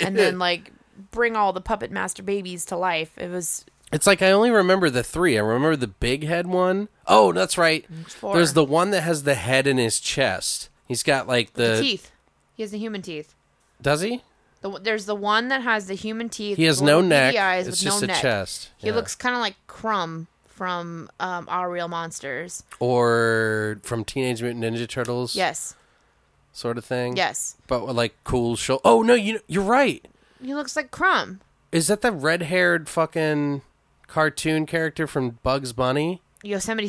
[SPEAKER 4] and then like bring all the puppet master babies to life. It was
[SPEAKER 2] It's like I only remember the three. I remember the big head one. Oh, that's right.
[SPEAKER 4] four.
[SPEAKER 2] There's the one that has the head in his chest. He's got like the,
[SPEAKER 4] teeth. He has the human teeth.
[SPEAKER 2] Does he?
[SPEAKER 4] The, there's the one that has the human teeth.
[SPEAKER 2] He has
[SPEAKER 4] the
[SPEAKER 2] no
[SPEAKER 4] little
[SPEAKER 2] neck.
[SPEAKER 4] beady eyes
[SPEAKER 2] it's
[SPEAKER 4] with
[SPEAKER 2] just
[SPEAKER 4] no
[SPEAKER 2] a
[SPEAKER 4] neck.
[SPEAKER 2] chest.
[SPEAKER 4] He
[SPEAKER 2] Yeah.
[SPEAKER 4] looks kind of like Crumb from um, Our Real Monsters.
[SPEAKER 2] or from Teenage Mutant Ninja Turtles.
[SPEAKER 4] Yes,
[SPEAKER 2] sort of thing.
[SPEAKER 4] yes.
[SPEAKER 2] but with, like cool show. Oh no, you you're right.
[SPEAKER 4] He looks like Crumb.
[SPEAKER 2] Is that the red haired fucking cartoon character from Bugs Bunny?
[SPEAKER 4] Yosemite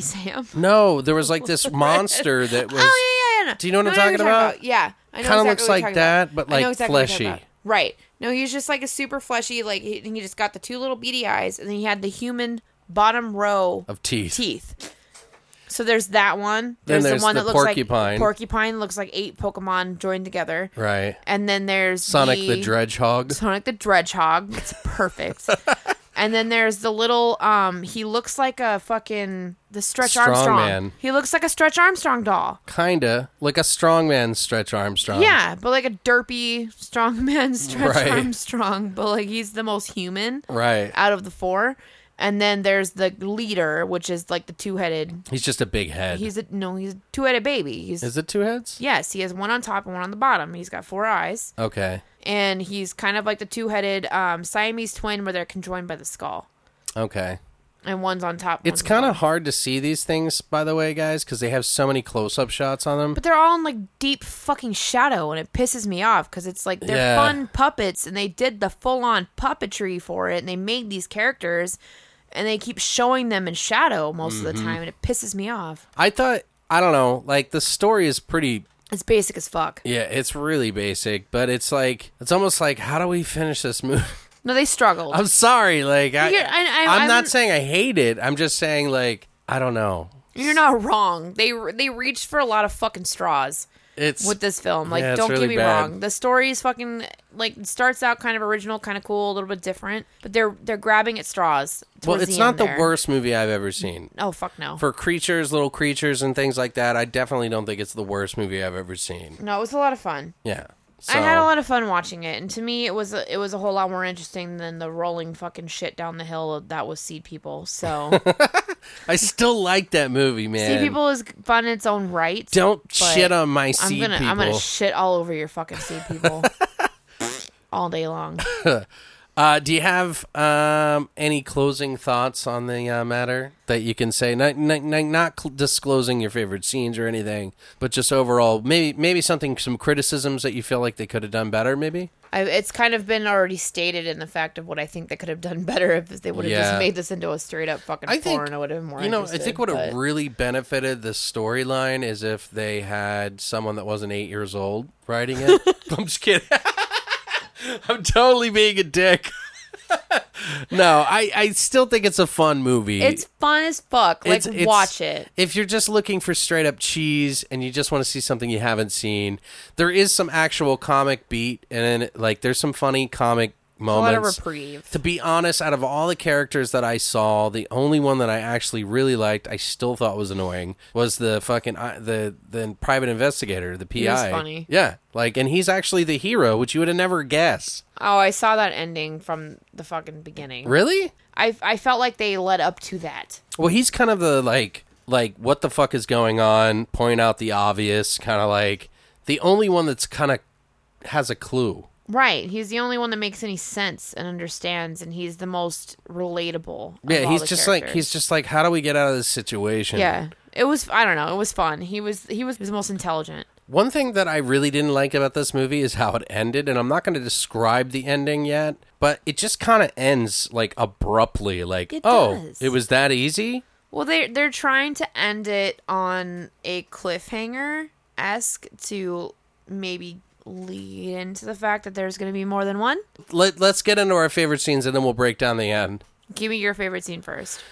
[SPEAKER 4] Sam.
[SPEAKER 2] No, there was like this monster that was.
[SPEAKER 4] oh yeah, yeah, yeah. no.
[SPEAKER 2] Do you know what I'm
[SPEAKER 4] I
[SPEAKER 2] talking about?
[SPEAKER 4] Yeah, I know
[SPEAKER 2] Kinda looks
[SPEAKER 4] exactly what you're
[SPEAKER 2] like
[SPEAKER 4] talking
[SPEAKER 2] that,
[SPEAKER 4] about.
[SPEAKER 2] but,
[SPEAKER 4] I know
[SPEAKER 2] like,
[SPEAKER 4] exactly what you're talking
[SPEAKER 2] fleshy.
[SPEAKER 4] about. Right. No, he's just like a super fleshy. Like he, he just got the two little beady eyes, and then he had the human bottom row
[SPEAKER 2] Of teeth.
[SPEAKER 4] Teeth. So there's that one.
[SPEAKER 2] Then
[SPEAKER 4] There's,
[SPEAKER 2] there's
[SPEAKER 4] the one
[SPEAKER 2] the
[SPEAKER 4] that looks
[SPEAKER 2] porcupine.
[SPEAKER 4] like porcupine looks like eight Pokemon joined together.
[SPEAKER 2] Right.
[SPEAKER 4] And then there's
[SPEAKER 2] Sonic the, Dredgehog.
[SPEAKER 4] Sonic the Dredgehog. It's perfect. and then there's the little um he looks like a fucking the Stretch
[SPEAKER 2] Strong
[SPEAKER 4] Armstrong.
[SPEAKER 2] man.
[SPEAKER 4] He looks like a Stretch Armstrong doll.
[SPEAKER 2] Kinda like a strongman Stretch Armstrong.
[SPEAKER 4] Yeah, but like a derpy strongman Stretch
[SPEAKER 2] Um, Right.
[SPEAKER 4] Armstrong, but like he's the most human
[SPEAKER 2] Right.
[SPEAKER 4] out of the four. And then there's the leader, which is like the two-headed.
[SPEAKER 2] He's just a big head.
[SPEAKER 4] He's a no, he's a two-headed baby. He's
[SPEAKER 2] Is it two heads?
[SPEAKER 4] yes, he has one on top and one on the bottom. He's got four eyes,
[SPEAKER 2] Okay.
[SPEAKER 4] and he's kind of like the two-headed um, Siamese twin, where they're conjoined by the skull.
[SPEAKER 2] Okay.
[SPEAKER 4] and one's on top.
[SPEAKER 2] It's kind of hard to see these things, by the way, guys, because they have so many close-up shots on them.
[SPEAKER 4] But they're all in like deep fucking shadow, and it pisses me off because it's like they're
[SPEAKER 2] Yeah.
[SPEAKER 4] fun puppets, and they did the full on puppetry for it, and they made these characters, and they keep showing them in shadow most of
[SPEAKER 2] Mm-hmm.
[SPEAKER 4] the time, and it pisses me off.
[SPEAKER 2] I thought I don't know. Like the story is pretty
[SPEAKER 4] It's basic as fuck.
[SPEAKER 2] Yeah, it's really basic, but it's like it's almost like how do we finish this movie?
[SPEAKER 4] No, they struggled.
[SPEAKER 2] I'm sorry, like I,
[SPEAKER 4] You're- I- I-
[SPEAKER 2] am not
[SPEAKER 4] I'm-
[SPEAKER 2] saying I hate it. I'm just saying like I don't know.
[SPEAKER 4] You're not wrong. They they reached for a lot of fucking straws.
[SPEAKER 2] It's
[SPEAKER 4] with this film. Like,
[SPEAKER 2] Yeah, it's
[SPEAKER 4] don't
[SPEAKER 2] really
[SPEAKER 4] get me
[SPEAKER 2] bad.
[SPEAKER 4] wrong. The story is fucking like it starts out kind of original, kind of cool, a little bit different, but they're they're grabbing at straws.
[SPEAKER 2] well,
[SPEAKER 4] towards
[SPEAKER 2] it's
[SPEAKER 4] the
[SPEAKER 2] not
[SPEAKER 4] end
[SPEAKER 2] the
[SPEAKER 4] there.
[SPEAKER 2] worst movie I've ever seen.
[SPEAKER 4] Oh fuck no.
[SPEAKER 2] For creatures, little creatures, and things like that, I definitely don't think it's the worst movie I've ever seen.
[SPEAKER 4] no, it was a lot of fun.
[SPEAKER 2] Yeah,
[SPEAKER 4] I had a lot of fun watching it, and to me, it was a, it was a whole lot more interesting than the rolling fucking shit down the hill that was Seed People. So
[SPEAKER 2] I still like that movie, man.
[SPEAKER 4] Seed People is fun in its own right.
[SPEAKER 2] don't
[SPEAKER 4] but
[SPEAKER 2] shit on my
[SPEAKER 4] I'm
[SPEAKER 2] seed
[SPEAKER 4] gonna
[SPEAKER 2] people.
[SPEAKER 4] I'm gonna shit all over your fucking Seed People all day long.
[SPEAKER 2] Uh, do you have um, any closing thoughts on the uh, matter that you can say? Not, not, not- not cl- disclosing your favorite scenes or anything, but just overall, maybe maybe something, some criticisms that you feel like they could have done better, maybe.
[SPEAKER 4] I, it's kind of been already stated in the fact of what I think they could have done better if they would have
[SPEAKER 2] Yeah.
[SPEAKER 4] just made this into a straight up fucking
[SPEAKER 2] I think
[SPEAKER 4] porn. I would have been more.
[SPEAKER 2] you know. I
[SPEAKER 4] interested,
[SPEAKER 2] think what
[SPEAKER 4] but-
[SPEAKER 2] have really benefited the storyline is if they had someone that wasn't eight years old writing it. I'm just kidding. I'm totally being a dick. no, I, I still think it's a fun movie.
[SPEAKER 4] it's fun as fuck. Like
[SPEAKER 2] It's- it's-
[SPEAKER 4] watch it.
[SPEAKER 2] If you're just looking for straight up cheese and you just want to see something you haven't seen, there is some actual comic beat and like there's some funny comic
[SPEAKER 4] lot
[SPEAKER 2] moments.
[SPEAKER 4] of reprieve.
[SPEAKER 2] To be honest, out of all the characters that I saw, the only one that I actually really liked, I still thought was annoying, was the fucking uh, the the private investigator, the PI.
[SPEAKER 4] was funny.
[SPEAKER 2] Yeah, like and he's actually the hero, which you would have never guessed.
[SPEAKER 4] Oh, I saw that ending from the fucking beginning.
[SPEAKER 2] Really?
[SPEAKER 4] I I felt like they led up to that.
[SPEAKER 2] Well, he's kind of the like like what the fuck is going on, point out the obvious, kind of like the only one that's kind of has a clue.
[SPEAKER 4] Right. He's the only one that makes any sense and understands, and he's the most relatable. of
[SPEAKER 2] Yeah,
[SPEAKER 4] all
[SPEAKER 2] he's
[SPEAKER 4] the
[SPEAKER 2] just like
[SPEAKER 4] characters.
[SPEAKER 2] he's just like, how do we get out of this situation?
[SPEAKER 4] Yeah. It was I don't know, it was fun. He was he was the most intelligent.
[SPEAKER 2] One thing that I really didn't like about this movie is how it ended, and I'm not going to describe the ending yet, but it just kind of ends like abruptly. Like,
[SPEAKER 4] It
[SPEAKER 2] oh,
[SPEAKER 4] does.
[SPEAKER 2] it was that easy?
[SPEAKER 4] Well, they they're trying to end it on a cliffhanger esque to maybe lead into the fact that there's going to be more than one.
[SPEAKER 2] Let, let's get into our favorite scenes and then we'll break down the end.
[SPEAKER 4] Give me your favorite scene first.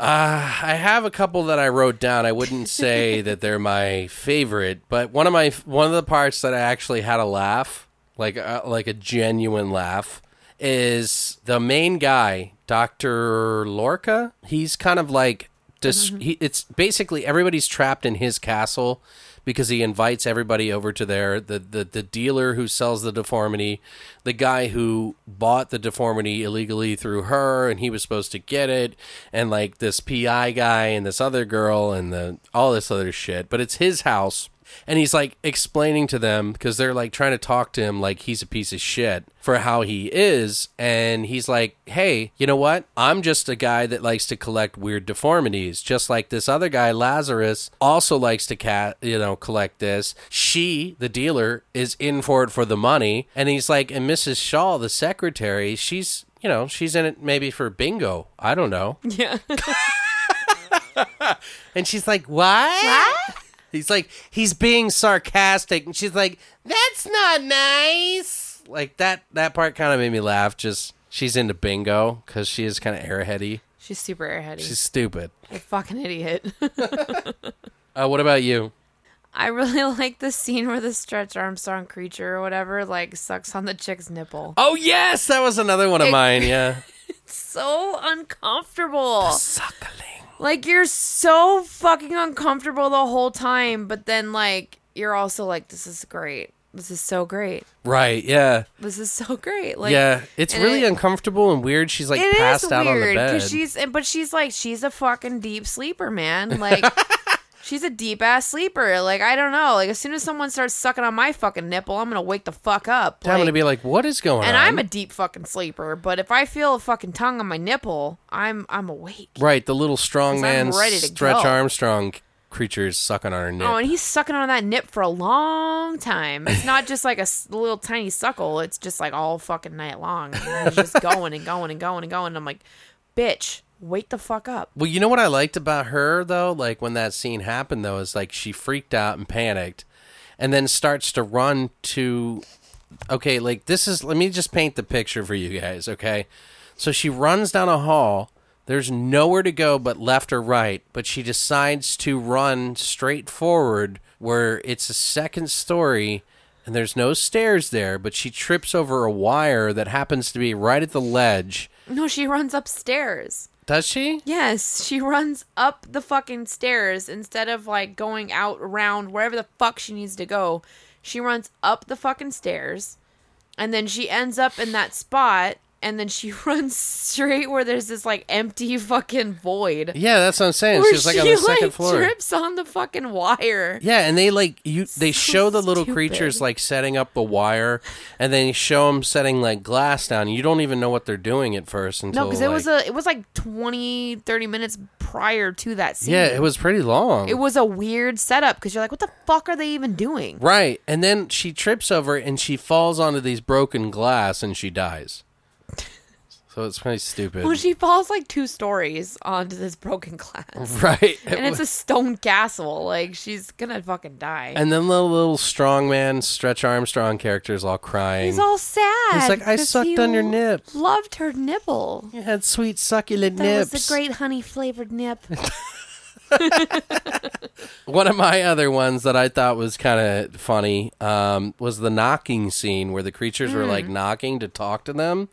[SPEAKER 2] I have a couple that I wrote down. I wouldn't say that they're my favorite, but one of my one of the parts that I actually had a laugh, like uh, like a genuine laugh, is the main guy, Doctor Lorca. He's kind of like dis- he, it's basically everybody's trapped in his castle because he invites everybody over to there the, the the dealer who sells the deformity the guy who bought the deformity illegally through her and he was supposed to get it and like this pi guy and this other girl and the all this other shit but it's his house and he's like explaining to them because they're like trying to talk to him like he's a piece of shit for how he is. And he's like, hey, you know what? I'm just a guy that likes to collect weird deformities, just like this other guy, Lazarus, also likes to cat, you know, collect this. She, the dealer, is in for it for the money. And he's like, and Mrs. Shaw, the secretary, she's, you know, she's in it maybe for bingo. I don't know.
[SPEAKER 4] Yeah.
[SPEAKER 2] And she's like, What? He's like, he's being sarcastic, and she's like, "That's not nice." Like that. That part kind of made me laugh. Just she's into bingo because she is kind of airheady.
[SPEAKER 4] She's super airheady.
[SPEAKER 2] She's stupid.
[SPEAKER 4] a fucking idiot.
[SPEAKER 2] Uh, what about you?
[SPEAKER 4] I really like the scene where the stretch Armstrong creature or whatever like sucks on the chick's nipple.
[SPEAKER 2] Oh yes, that was another one of
[SPEAKER 4] It-
[SPEAKER 2] mine. Yeah,
[SPEAKER 4] So uncomfortable.
[SPEAKER 2] suckling.
[SPEAKER 4] Like you're so fucking uncomfortable the whole time, but then like you're also like, this is great. This is so great.
[SPEAKER 2] Right. Yeah.
[SPEAKER 4] This is so great. Like
[SPEAKER 2] yeah. It's
[SPEAKER 4] and
[SPEAKER 2] really
[SPEAKER 4] it-
[SPEAKER 2] uncomfortable and weird. She's like
[SPEAKER 4] it is
[SPEAKER 2] passed out on the
[SPEAKER 4] weird
[SPEAKER 2] bed.
[SPEAKER 4] because she's and- but she's like she's a fucking deep sleeper, man. Like she's a deep ass sleeper. Like I don't know. Like as soon as someone starts sucking on my fucking nipple, I'm gonna wake the fuck up.
[SPEAKER 2] I'm gonna
[SPEAKER 4] Like,
[SPEAKER 2] be like, what is going
[SPEAKER 4] and
[SPEAKER 2] on?
[SPEAKER 4] I'm a deep fucking sleeper, but if I feel a fucking tongue on my nipple, I'm I'm awake.
[SPEAKER 2] right. The little strong
[SPEAKER 4] 'Cause I'm
[SPEAKER 2] man,
[SPEAKER 4] ready to
[SPEAKER 2] Stretch
[SPEAKER 4] go.
[SPEAKER 2] Armstrong creature is sucking on her nip.
[SPEAKER 4] Oh, and he's sucking on that nip for a long time. It's not just like a s- little tiny suckle. It's just like all fucking night long. And he's just going and going and going and going. And I'm like, bitch, wake the fuck up.
[SPEAKER 2] Well, you know what I liked about her though, like when that scene happened though, is like she freaked out and panicked, and then starts to run to. Okay, like this is. Let me just paint the picture for you guys. Okay, so she runs down a hall. There's nowhere to go but left or right, but she decides to run straight forward where it's a second story and there's no stairs there, but she trips over a wire that happens to be right at the ledge.
[SPEAKER 4] No, she runs upstairs.
[SPEAKER 2] Does she?
[SPEAKER 4] Yes, she runs up the fucking stairs instead of like going out around wherever the fuck she needs to go. She runs up the fucking stairs and then she ends up in that spot and then she runs straight where there's this like empty fucking void.
[SPEAKER 2] Yeah, that's what I'm saying. She's like on the second floor.
[SPEAKER 4] trips on the fucking wire.
[SPEAKER 2] Yeah, and they like you. They
[SPEAKER 4] So
[SPEAKER 2] show the little
[SPEAKER 4] stupid.
[SPEAKER 2] creatures like setting up the wire, and then you show them setting like glass down. You don't even know what they're doing at first until
[SPEAKER 4] No, because it was a it was like 20, 30 minutes prior to that scene.
[SPEAKER 2] yeah, it was pretty long.
[SPEAKER 4] it was a weird setup because you're like, what the fuck are they even doing?
[SPEAKER 2] right, and then she trips over and she falls onto these broken glass and she dies. So it's pretty stupid,
[SPEAKER 4] Well, she falls like two stories onto this broken glass,
[SPEAKER 2] right?
[SPEAKER 4] and it's a stone castle. Like she's gonna fucking die.
[SPEAKER 2] and then the little strongman Stretch Armstrong character is all crying.
[SPEAKER 4] He's all sad.
[SPEAKER 2] He's like, "I
[SPEAKER 4] 'cause
[SPEAKER 2] sucked
[SPEAKER 4] he
[SPEAKER 2] on your
[SPEAKER 4] l-
[SPEAKER 2] nip."
[SPEAKER 4] Loved her nipple.
[SPEAKER 2] you had sweet succulent
[SPEAKER 4] That
[SPEAKER 2] nips.
[SPEAKER 4] was a great honey flavored nip.
[SPEAKER 2] One of my other ones that I thought was kind of funny um, was the knocking scene where the creatures were like knocking to talk to them.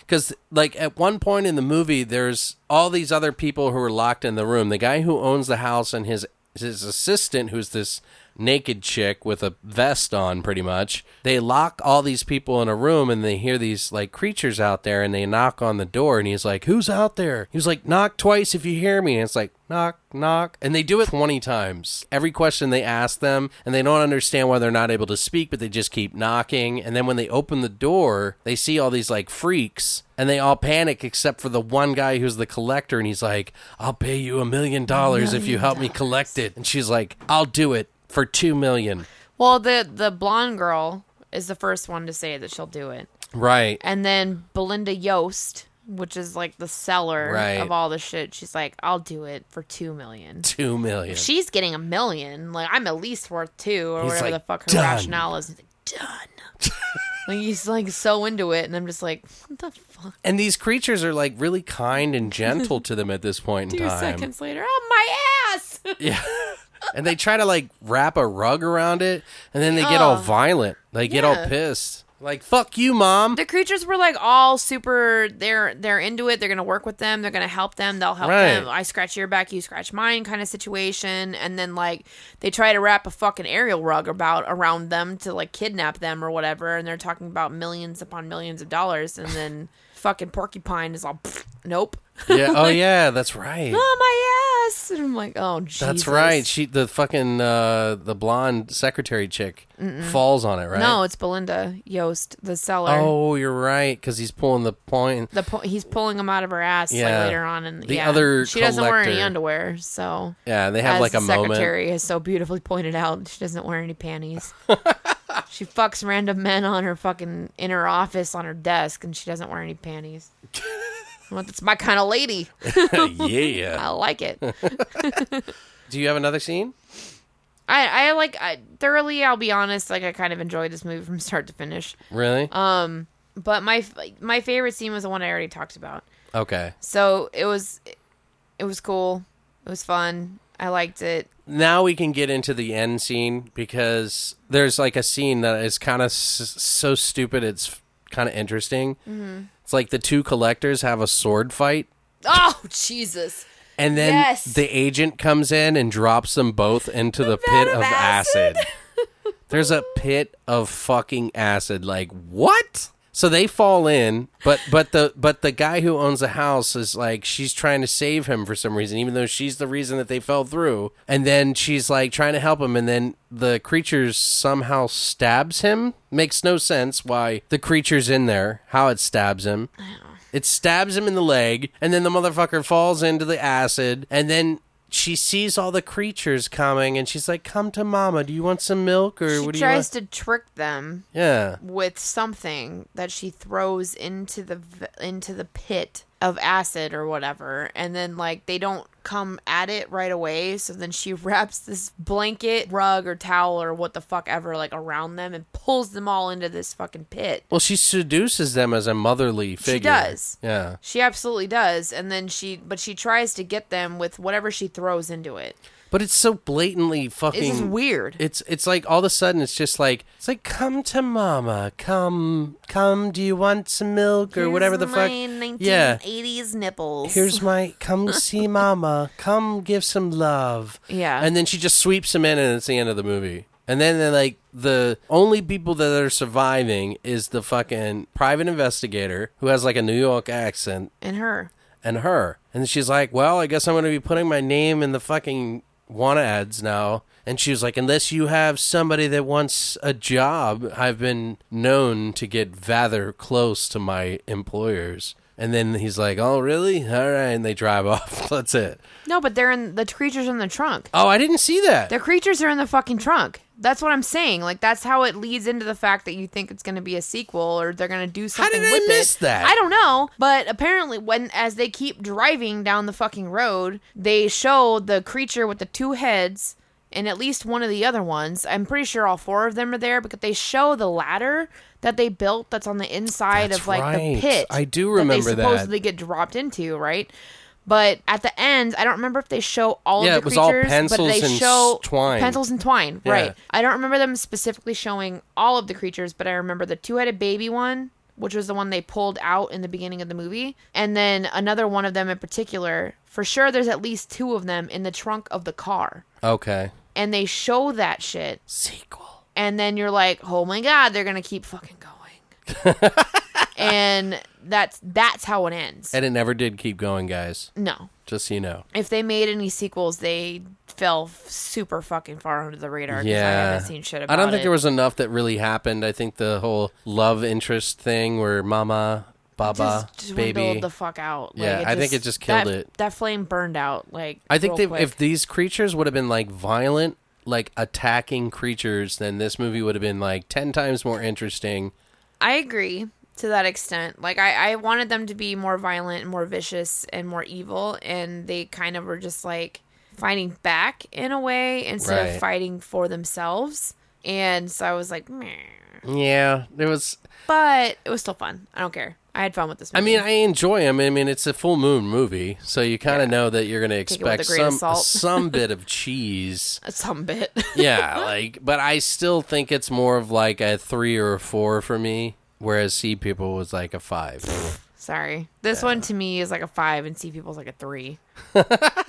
[SPEAKER 2] Because, like, at one point in the movie, there's all these other people who are locked in the room. The guy who owns the house and his his assistant, who's this naked chick with a vest on, pretty much. They lock all these people in a room and they hear these like creatures out there and they knock on the door and he's like, Who's out there? He was like, Knock twice if you hear me. And it's like, Knock, knock. And they do it 20 times. Every question they ask them and they don't understand why they're not able to speak, but they just keep knocking. And then when they open the door, they see all these like freaks and they all panic except for the one guy who's the collector and he's like i'll pay you a million dollars if you help me collect it and she's like i'll do it for two million
[SPEAKER 4] Well, the the blonde girl is the first one to say that she'll do it,
[SPEAKER 2] right
[SPEAKER 4] and then Belinda Yost, which is like the seller
[SPEAKER 2] Right.
[SPEAKER 4] of all the shit, she's like, "I'll do it for two million.
[SPEAKER 2] two million
[SPEAKER 4] She's getting a million. Like I'm at least worth two or
[SPEAKER 2] He's
[SPEAKER 4] whatever
[SPEAKER 2] like,
[SPEAKER 4] the fuck her
[SPEAKER 2] "Done."
[SPEAKER 4] rationale is. He's like, Done. like he's like so into it, and I'm just like, what the fuck?
[SPEAKER 2] and these creatures are like really kind and gentle to them at this point in
[SPEAKER 4] Two
[SPEAKER 2] time
[SPEAKER 4] seconds later, oh my ass!
[SPEAKER 2] yeah and they try to like wrap a rug around it and then they get all violent they get all
[SPEAKER 4] Oh. Yeah.
[SPEAKER 2] pissed like fuck you mom
[SPEAKER 4] the creatures were like all super. They're they're into it. They're gonna work with them. They're gonna help them. They'll help
[SPEAKER 2] Right.
[SPEAKER 4] them. I scratch your back, you scratch mine, kind of situation. And then like they try to wrap a fucking aerial rug about around them to like kidnap them or whatever. And they're talking about millions upon millions of dollars. And then fucking porcupine is all "Pfft, nope.
[SPEAKER 2] yeah oh yeah that's right
[SPEAKER 4] oh my ass and i'm like oh Jesus.
[SPEAKER 2] That's right. She the fucking uh the blonde secretary chick falls on it, right?
[SPEAKER 4] no it's belinda yost the seller
[SPEAKER 2] Oh, you're right cuz he's pulling the point.
[SPEAKER 4] the po- he's pulling them out of her ass
[SPEAKER 2] Yeah.
[SPEAKER 4] like later on and
[SPEAKER 2] The
[SPEAKER 4] yeah.
[SPEAKER 2] other
[SPEAKER 4] she doesn't wear any
[SPEAKER 2] collector-
[SPEAKER 4] underwear so
[SPEAKER 2] Yeah, they have
[SPEAKER 4] as
[SPEAKER 2] like a
[SPEAKER 4] the
[SPEAKER 2] moment.
[SPEAKER 4] secretary has so beautifully pointed out she doesn't wear any panties she fucks random men on her fucking in her office on her desk and she doesn't wear any panties well that's my kind of lady i
[SPEAKER 2] yeah.
[SPEAKER 4] like it
[SPEAKER 2] Do you have another scene?
[SPEAKER 4] I, I like I, thoroughly i'll be honest like i kind of enjoyed this movie from start to finish
[SPEAKER 2] Really?
[SPEAKER 4] Uh, But my f- my favorite scene was the one I already talked about.
[SPEAKER 2] okay.
[SPEAKER 4] So it was it was cool. It was fun. I liked it.
[SPEAKER 2] Now we can get into the end scene because there's like a scene that is kind of s- so stupid it's kind of interesting. It's like the two collectors have a sword fight
[SPEAKER 4] Oh Jesus!
[SPEAKER 2] And then
[SPEAKER 4] Yes.
[SPEAKER 2] the agent comes in and drops them both into the, pit
[SPEAKER 4] of
[SPEAKER 2] of acid.
[SPEAKER 4] acid.
[SPEAKER 2] There's a pit of fucking acid. Like what? So they fall in, but but the but the guy who owns the house is like she's trying to save him for some reason, even though she's the reason that they fell through. And then she's like trying to help him, and then the creature somehow stabs him. Makes no sense why the creature's in there, how it stabs him. It stabs him in the leg, and then the motherfucker falls into the acid, and then she sees all the creatures coming, and she's like, "Come to mama. Do you want some milk or
[SPEAKER 4] She
[SPEAKER 2] what do you
[SPEAKER 4] tries
[SPEAKER 2] want?"
[SPEAKER 4] to trick them
[SPEAKER 2] yeah,
[SPEAKER 4] with something that she throws into the v- into the pit of acid or whatever, and then like they don't come at it right away. So then she wraps this blanket, rug, or towel or what the fuck ever like around them and pulls them all into this fucking pit.
[SPEAKER 2] Well, she seduces them as a motherly figure.
[SPEAKER 4] does.
[SPEAKER 2] Yeah.
[SPEAKER 4] She absolutely does, and then she, but she tries to get them with whatever she throws into it.
[SPEAKER 2] But it's so blatantly fucking
[SPEAKER 4] It's just weird.
[SPEAKER 2] It's it's like all of a sudden it's just like it's like come to mama, come come. Do you want some milk or whatever the fuck? Yeah.
[SPEAKER 4] eighties nipples.
[SPEAKER 2] Here's my come see mama, come give some love.
[SPEAKER 4] Yeah.
[SPEAKER 2] And then she just sweeps him in and it's the end of the movie. And then they're like the only people that are surviving is the fucking private investigator who has like a New York accent
[SPEAKER 4] and her.
[SPEAKER 2] and her. And she's like, Well, I guess I'm going to be putting my name in the fucking wanna ads now. And she was like, Unless you have somebody that wants a job, I've been known to get rather close to my employers. And then he's like, Oh, really? All right. And they drive off. That's it.
[SPEAKER 4] No, but they're in the creatures in the trunk.
[SPEAKER 2] Oh, I didn't see that.
[SPEAKER 4] The creatures are in the fucking trunk. That's what I'm saying. Like that's how it leads into the fact that you think it's going to be a sequel or they're going to do something.
[SPEAKER 2] did I
[SPEAKER 4] with
[SPEAKER 2] miss
[SPEAKER 4] it.
[SPEAKER 2] that?
[SPEAKER 4] I don't know, but apparently, when as they keep driving down the fucking road, they show the creature with the two heads and at least one of the other ones. I'm pretty sure all four of them are there because they show the ladder that they built that's on the inside
[SPEAKER 2] That's
[SPEAKER 4] of like
[SPEAKER 2] right.
[SPEAKER 4] the pit.
[SPEAKER 2] I do
[SPEAKER 4] that.
[SPEAKER 2] remember
[SPEAKER 4] They
[SPEAKER 2] that.
[SPEAKER 4] supposedly get dropped into, right? But at the end, I don't remember if they show all
[SPEAKER 2] Yeah,
[SPEAKER 4] of
[SPEAKER 2] it
[SPEAKER 4] the
[SPEAKER 2] was
[SPEAKER 4] creatures,
[SPEAKER 2] all
[SPEAKER 4] but
[SPEAKER 2] pencils
[SPEAKER 4] they
[SPEAKER 2] and
[SPEAKER 4] show
[SPEAKER 2] s- twine.
[SPEAKER 4] pencils and twine,
[SPEAKER 2] Yeah.
[SPEAKER 4] right? I don't remember them specifically showing all of the creatures, but I remember the two-headed baby one, which was the one they pulled out in the beginning of the movie, and then another one of them in particular. For sure, there's at least two of them in the trunk of the car,
[SPEAKER 2] okay.
[SPEAKER 4] and they show that shit
[SPEAKER 2] Sequel.
[SPEAKER 4] and then you're like, "Oh my god, they're going to keep fucking going." and that's that's how it ends.
[SPEAKER 2] And it never did keep going, guys.
[SPEAKER 4] no.
[SPEAKER 2] Just so you know.
[SPEAKER 4] If they made any sequels, they fell f- super fucking far under the radar 'cause I
[SPEAKER 2] Yeah.
[SPEAKER 4] haven't seen shit about
[SPEAKER 2] I don't think
[SPEAKER 4] it.
[SPEAKER 2] there was enough that really happened. I think the whole love interest thing where mama, baba,
[SPEAKER 4] just, just
[SPEAKER 2] baby.
[SPEAKER 4] dwindled the fuck out. Like,
[SPEAKER 2] Yeah, I think it just killed
[SPEAKER 4] that-
[SPEAKER 2] it.
[SPEAKER 4] That flame burned out. Like
[SPEAKER 2] I think that
[SPEAKER 4] real quick.
[SPEAKER 2] if these creatures would have been like violent, like attacking creatures, then this movie would have been like 10 times more interesting.
[SPEAKER 4] I agree to that extent. Like I, I wanted them to be more violent and more vicious and more evil and they kind of were just like fighting back in a way instead of
[SPEAKER 2] Right.
[SPEAKER 4] fighting for themselves. And so I was like, Meh.
[SPEAKER 2] Yeah, there was.
[SPEAKER 4] but it was still fun. I don't care. I had fun with this
[SPEAKER 2] I
[SPEAKER 4] movie.
[SPEAKER 2] mean, I enjoy them. I mean, it's a full moon movie, so you kind of know that you're going to
[SPEAKER 4] it with a
[SPEAKER 2] expect
[SPEAKER 4] grain of
[SPEAKER 2] some
[SPEAKER 4] salt.
[SPEAKER 2] some bit of cheese.
[SPEAKER 4] some bit.
[SPEAKER 2] Yeah, like, but I still think it's more of like a three or a four for me, whereas Sea People was like a five.
[SPEAKER 4] Sorry. This one to me is like a five and see people's like a three.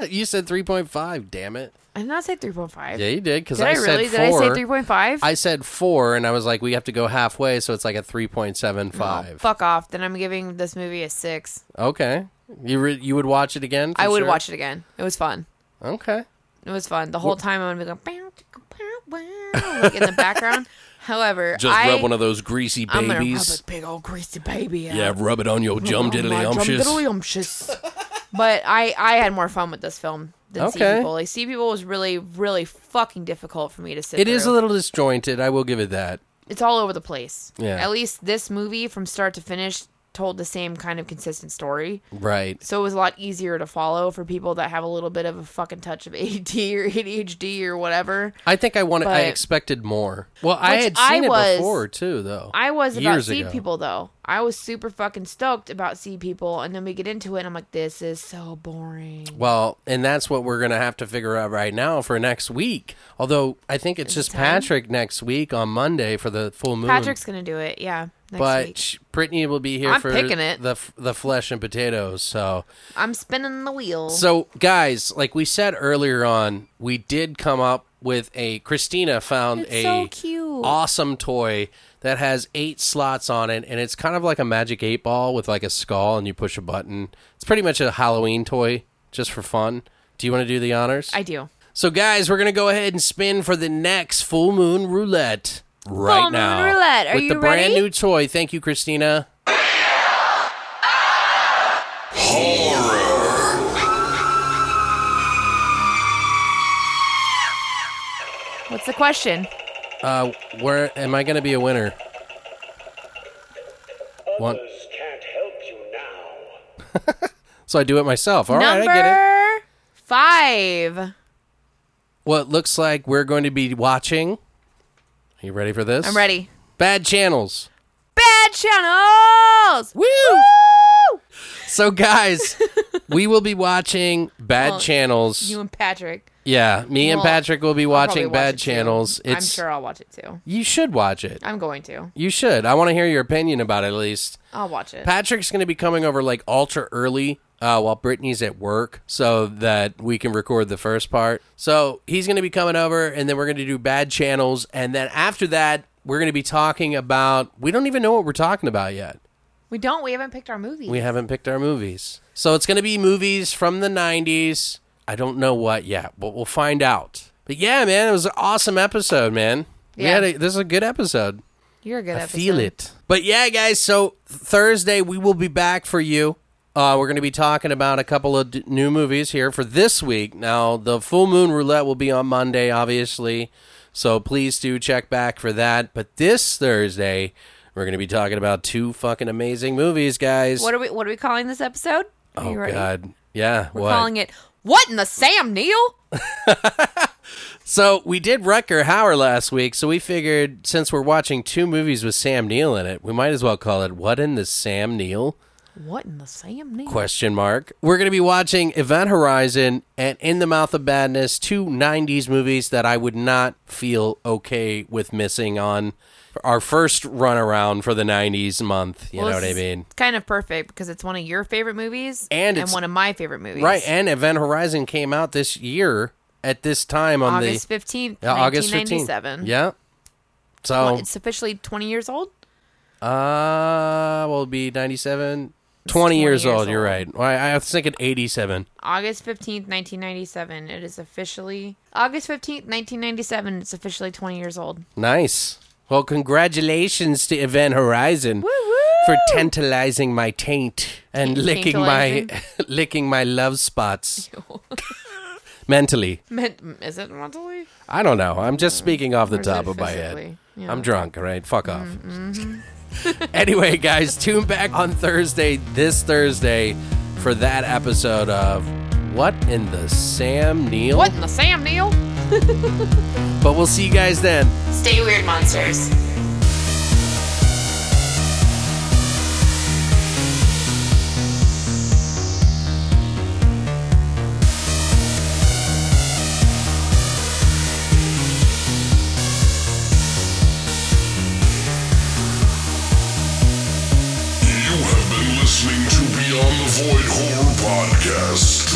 [SPEAKER 2] you said three point five. Damn it!
[SPEAKER 4] I did not say three point five.
[SPEAKER 2] Yeah, you did because
[SPEAKER 4] Did I,
[SPEAKER 2] I,
[SPEAKER 4] really?
[SPEAKER 2] said
[SPEAKER 4] Did I
[SPEAKER 2] four.
[SPEAKER 4] say three point five?
[SPEAKER 2] I said four, and I was like, we have to go halfway, so it's like a three point seven five.
[SPEAKER 4] Fuck off. Then I'm giving this movie a six.
[SPEAKER 2] Okay, you re- you would watch it again?
[SPEAKER 4] I would watch it again. It was fun.
[SPEAKER 2] Okay.
[SPEAKER 4] It was fun. The whole time I'm gonna be going "Bow, bow, bow," like in the background. However,
[SPEAKER 2] Just
[SPEAKER 4] I,
[SPEAKER 2] rub one of those greasy
[SPEAKER 4] I'm gonna rub
[SPEAKER 2] babies.
[SPEAKER 4] a big old greasy baby. Out.
[SPEAKER 2] yeah, rub it on your jum diddly
[SPEAKER 4] My drum
[SPEAKER 2] umptious.
[SPEAKER 4] diddly umptious. But I I had more fun with this film than Sea
[SPEAKER 2] Okay.
[SPEAKER 4] People. Like Sea People was really really fucking difficult for me to sit.
[SPEAKER 2] It is a
[SPEAKER 4] through.
[SPEAKER 2] little disjointed. I will give it that.
[SPEAKER 4] It's all over the place.
[SPEAKER 2] Yeah.
[SPEAKER 4] At least this movie from start to finish told the same kind of consistent story.
[SPEAKER 2] Right.
[SPEAKER 4] So it was a lot easier to follow for people that have a little bit of a fucking touch of AD or ADHD or whatever.
[SPEAKER 2] I think I wanted. I
[SPEAKER 4] But-
[SPEAKER 2] expected more. Well, I
[SPEAKER 4] Which
[SPEAKER 2] had
[SPEAKER 4] I
[SPEAKER 2] seen
[SPEAKER 4] was-
[SPEAKER 2] it before too, though.
[SPEAKER 4] I was about
[SPEAKER 2] Years
[SPEAKER 4] sea
[SPEAKER 2] ago.
[SPEAKER 4] people though. I was super fucking stoked about sea people, and then we get into it, and I'm like, this is so boring.
[SPEAKER 2] Well, and that's what we're gonna have to figure out right now for next week. Although I think it's just Patrick next week on Monday for the full moon.
[SPEAKER 4] Patrick's gonna do it, yeah. Next
[SPEAKER 2] but
[SPEAKER 4] week.
[SPEAKER 2] sh- Brittany will be here
[SPEAKER 4] I'm
[SPEAKER 2] for
[SPEAKER 4] picking it.
[SPEAKER 2] the f- the flesh and potatoes. So
[SPEAKER 4] I'm spinning the wheel.
[SPEAKER 2] so guys, like we said earlier on, we did come up with a Christina found
[SPEAKER 4] It's
[SPEAKER 2] a
[SPEAKER 4] so cute.
[SPEAKER 2] awesome toy that has eight slots on it and it's kind of like a magic eight ball with like a skull and you push a button. It's pretty much a Halloween toy just for fun. Do you want to do the honors?
[SPEAKER 4] I do.
[SPEAKER 2] So, guys, we're gonna go ahead and spin for the next full moon roulette right
[SPEAKER 4] Full Moon
[SPEAKER 2] now.
[SPEAKER 4] Roulette. Are
[SPEAKER 2] with
[SPEAKER 4] you
[SPEAKER 2] the brand
[SPEAKER 4] ready?
[SPEAKER 2] new toy. Thank you, Christina.
[SPEAKER 4] What's the question?
[SPEAKER 2] Uh, where am I gonna be a winner? One.
[SPEAKER 5] Others can't help you now.
[SPEAKER 2] So I do it myself. All right,
[SPEAKER 4] Number
[SPEAKER 2] I get it.
[SPEAKER 4] five.
[SPEAKER 2] Well, it looks like we're going to be watching. Are you ready for this?
[SPEAKER 4] I'm ready.
[SPEAKER 2] Bad channels.
[SPEAKER 4] Bad channels.
[SPEAKER 2] Woo! So, guys, we will be watching Bad
[SPEAKER 4] Well,
[SPEAKER 2] Channels.
[SPEAKER 4] You and Patrick.
[SPEAKER 2] yeah, me and
[SPEAKER 4] Well,
[SPEAKER 2] Patrick will be
[SPEAKER 4] I'll
[SPEAKER 2] watching
[SPEAKER 4] probably watch
[SPEAKER 2] Bad
[SPEAKER 4] it too.
[SPEAKER 2] Channels.
[SPEAKER 4] I'm
[SPEAKER 2] It's
[SPEAKER 4] sure I'll watch it too.
[SPEAKER 2] you should watch it.
[SPEAKER 4] I'm going to.
[SPEAKER 2] You should. I want to hear your opinion about it at least.
[SPEAKER 4] I'll watch it.
[SPEAKER 2] Patrick's going to be coming over like ultra early uh, while Brittany's at work so that we can record the first part. So he's going to be coming over and then we're going to do bad channels. And then after that, we're going to be talking about, we don't even know what we're talking about yet.
[SPEAKER 4] we don't. We haven't picked our movie.
[SPEAKER 2] We haven't picked our movies. So it's going to be movies from the 90s. I don't know what yet, but we'll find out. But yeah, man, it was an awesome episode, man. We
[SPEAKER 4] Yeah.
[SPEAKER 2] had a, this is a good episode.
[SPEAKER 4] You're a good.
[SPEAKER 2] I
[SPEAKER 4] episode.
[SPEAKER 2] feel it. But yeah, guys, so Thursday we will be back for you. Uh, we're going to be talking about a couple of d- new movies here for this week. Now, the Full Moon Roulette will be on Monday, obviously. So please do check back for that. But this Thursday, we're going to be talking about two fucking amazing movies, guys.
[SPEAKER 4] What are we? What are we calling this episode? Are
[SPEAKER 2] oh,
[SPEAKER 4] you ready?
[SPEAKER 2] God. Yeah.
[SPEAKER 4] We're
[SPEAKER 2] what?
[SPEAKER 4] calling it What in the Sam Neil?
[SPEAKER 2] So we did Rutger Hauer last week, so we figured since we're watching two movies with Sam Neill in it, we might as well call it What in the Sam Neill?
[SPEAKER 4] What in the Sam Neil?
[SPEAKER 2] question mark we're going to be watching event horizon and in the mouth of madness two 90s movies that i would not feel okay with missing on our first run around for the 90s month you
[SPEAKER 4] Well,
[SPEAKER 2] know what
[SPEAKER 4] this
[SPEAKER 2] i
[SPEAKER 4] is
[SPEAKER 2] mean
[SPEAKER 4] Kind of perfect because it's one of your favorite movies
[SPEAKER 2] And it's-
[SPEAKER 4] one of my favorite movies.
[SPEAKER 2] right and event horizon came out this year at this time on
[SPEAKER 4] August
[SPEAKER 2] the
[SPEAKER 4] fifteenth,
[SPEAKER 2] Yeah, August
[SPEAKER 4] nineteen
[SPEAKER 2] 15th.
[SPEAKER 4] ninety-seven.
[SPEAKER 2] Yeah. So
[SPEAKER 4] Well, it's officially twenty years old.
[SPEAKER 2] Uh, well, it'd be 97. 20,
[SPEAKER 4] 20
[SPEAKER 2] years,
[SPEAKER 4] years
[SPEAKER 2] old, you're
[SPEAKER 4] old.
[SPEAKER 2] right. Well, I, I was thinking 87.
[SPEAKER 4] August fifteenth, nineteen ninety-seven. It is officially August fifteenth, nineteen ninety-seven. It's officially twenty years old.
[SPEAKER 2] Nice. Well, congratulations to Event Horizon
[SPEAKER 4] Woo-woo!
[SPEAKER 2] for tantalizing my taint and
[SPEAKER 4] Tan-
[SPEAKER 2] licking my licking my love spots mentally.
[SPEAKER 4] Men- is it mentally?
[SPEAKER 2] I don't know. I'm just speaking off the
[SPEAKER 4] Or is
[SPEAKER 2] top
[SPEAKER 4] it
[SPEAKER 2] of my head.
[SPEAKER 4] physically? Yeah. Mm-hmm.
[SPEAKER 2] I'm drunk, all right? Fuck off. anyway, guys, tune back on Thursday, this Thursday, for that episode of What in the Sam Neil?
[SPEAKER 4] What in the Sam Neil?
[SPEAKER 2] But we'll see you guys then.
[SPEAKER 3] Stay weird, monsters.
[SPEAKER 1] You have been listening to Beyond the Void Horror Podcast.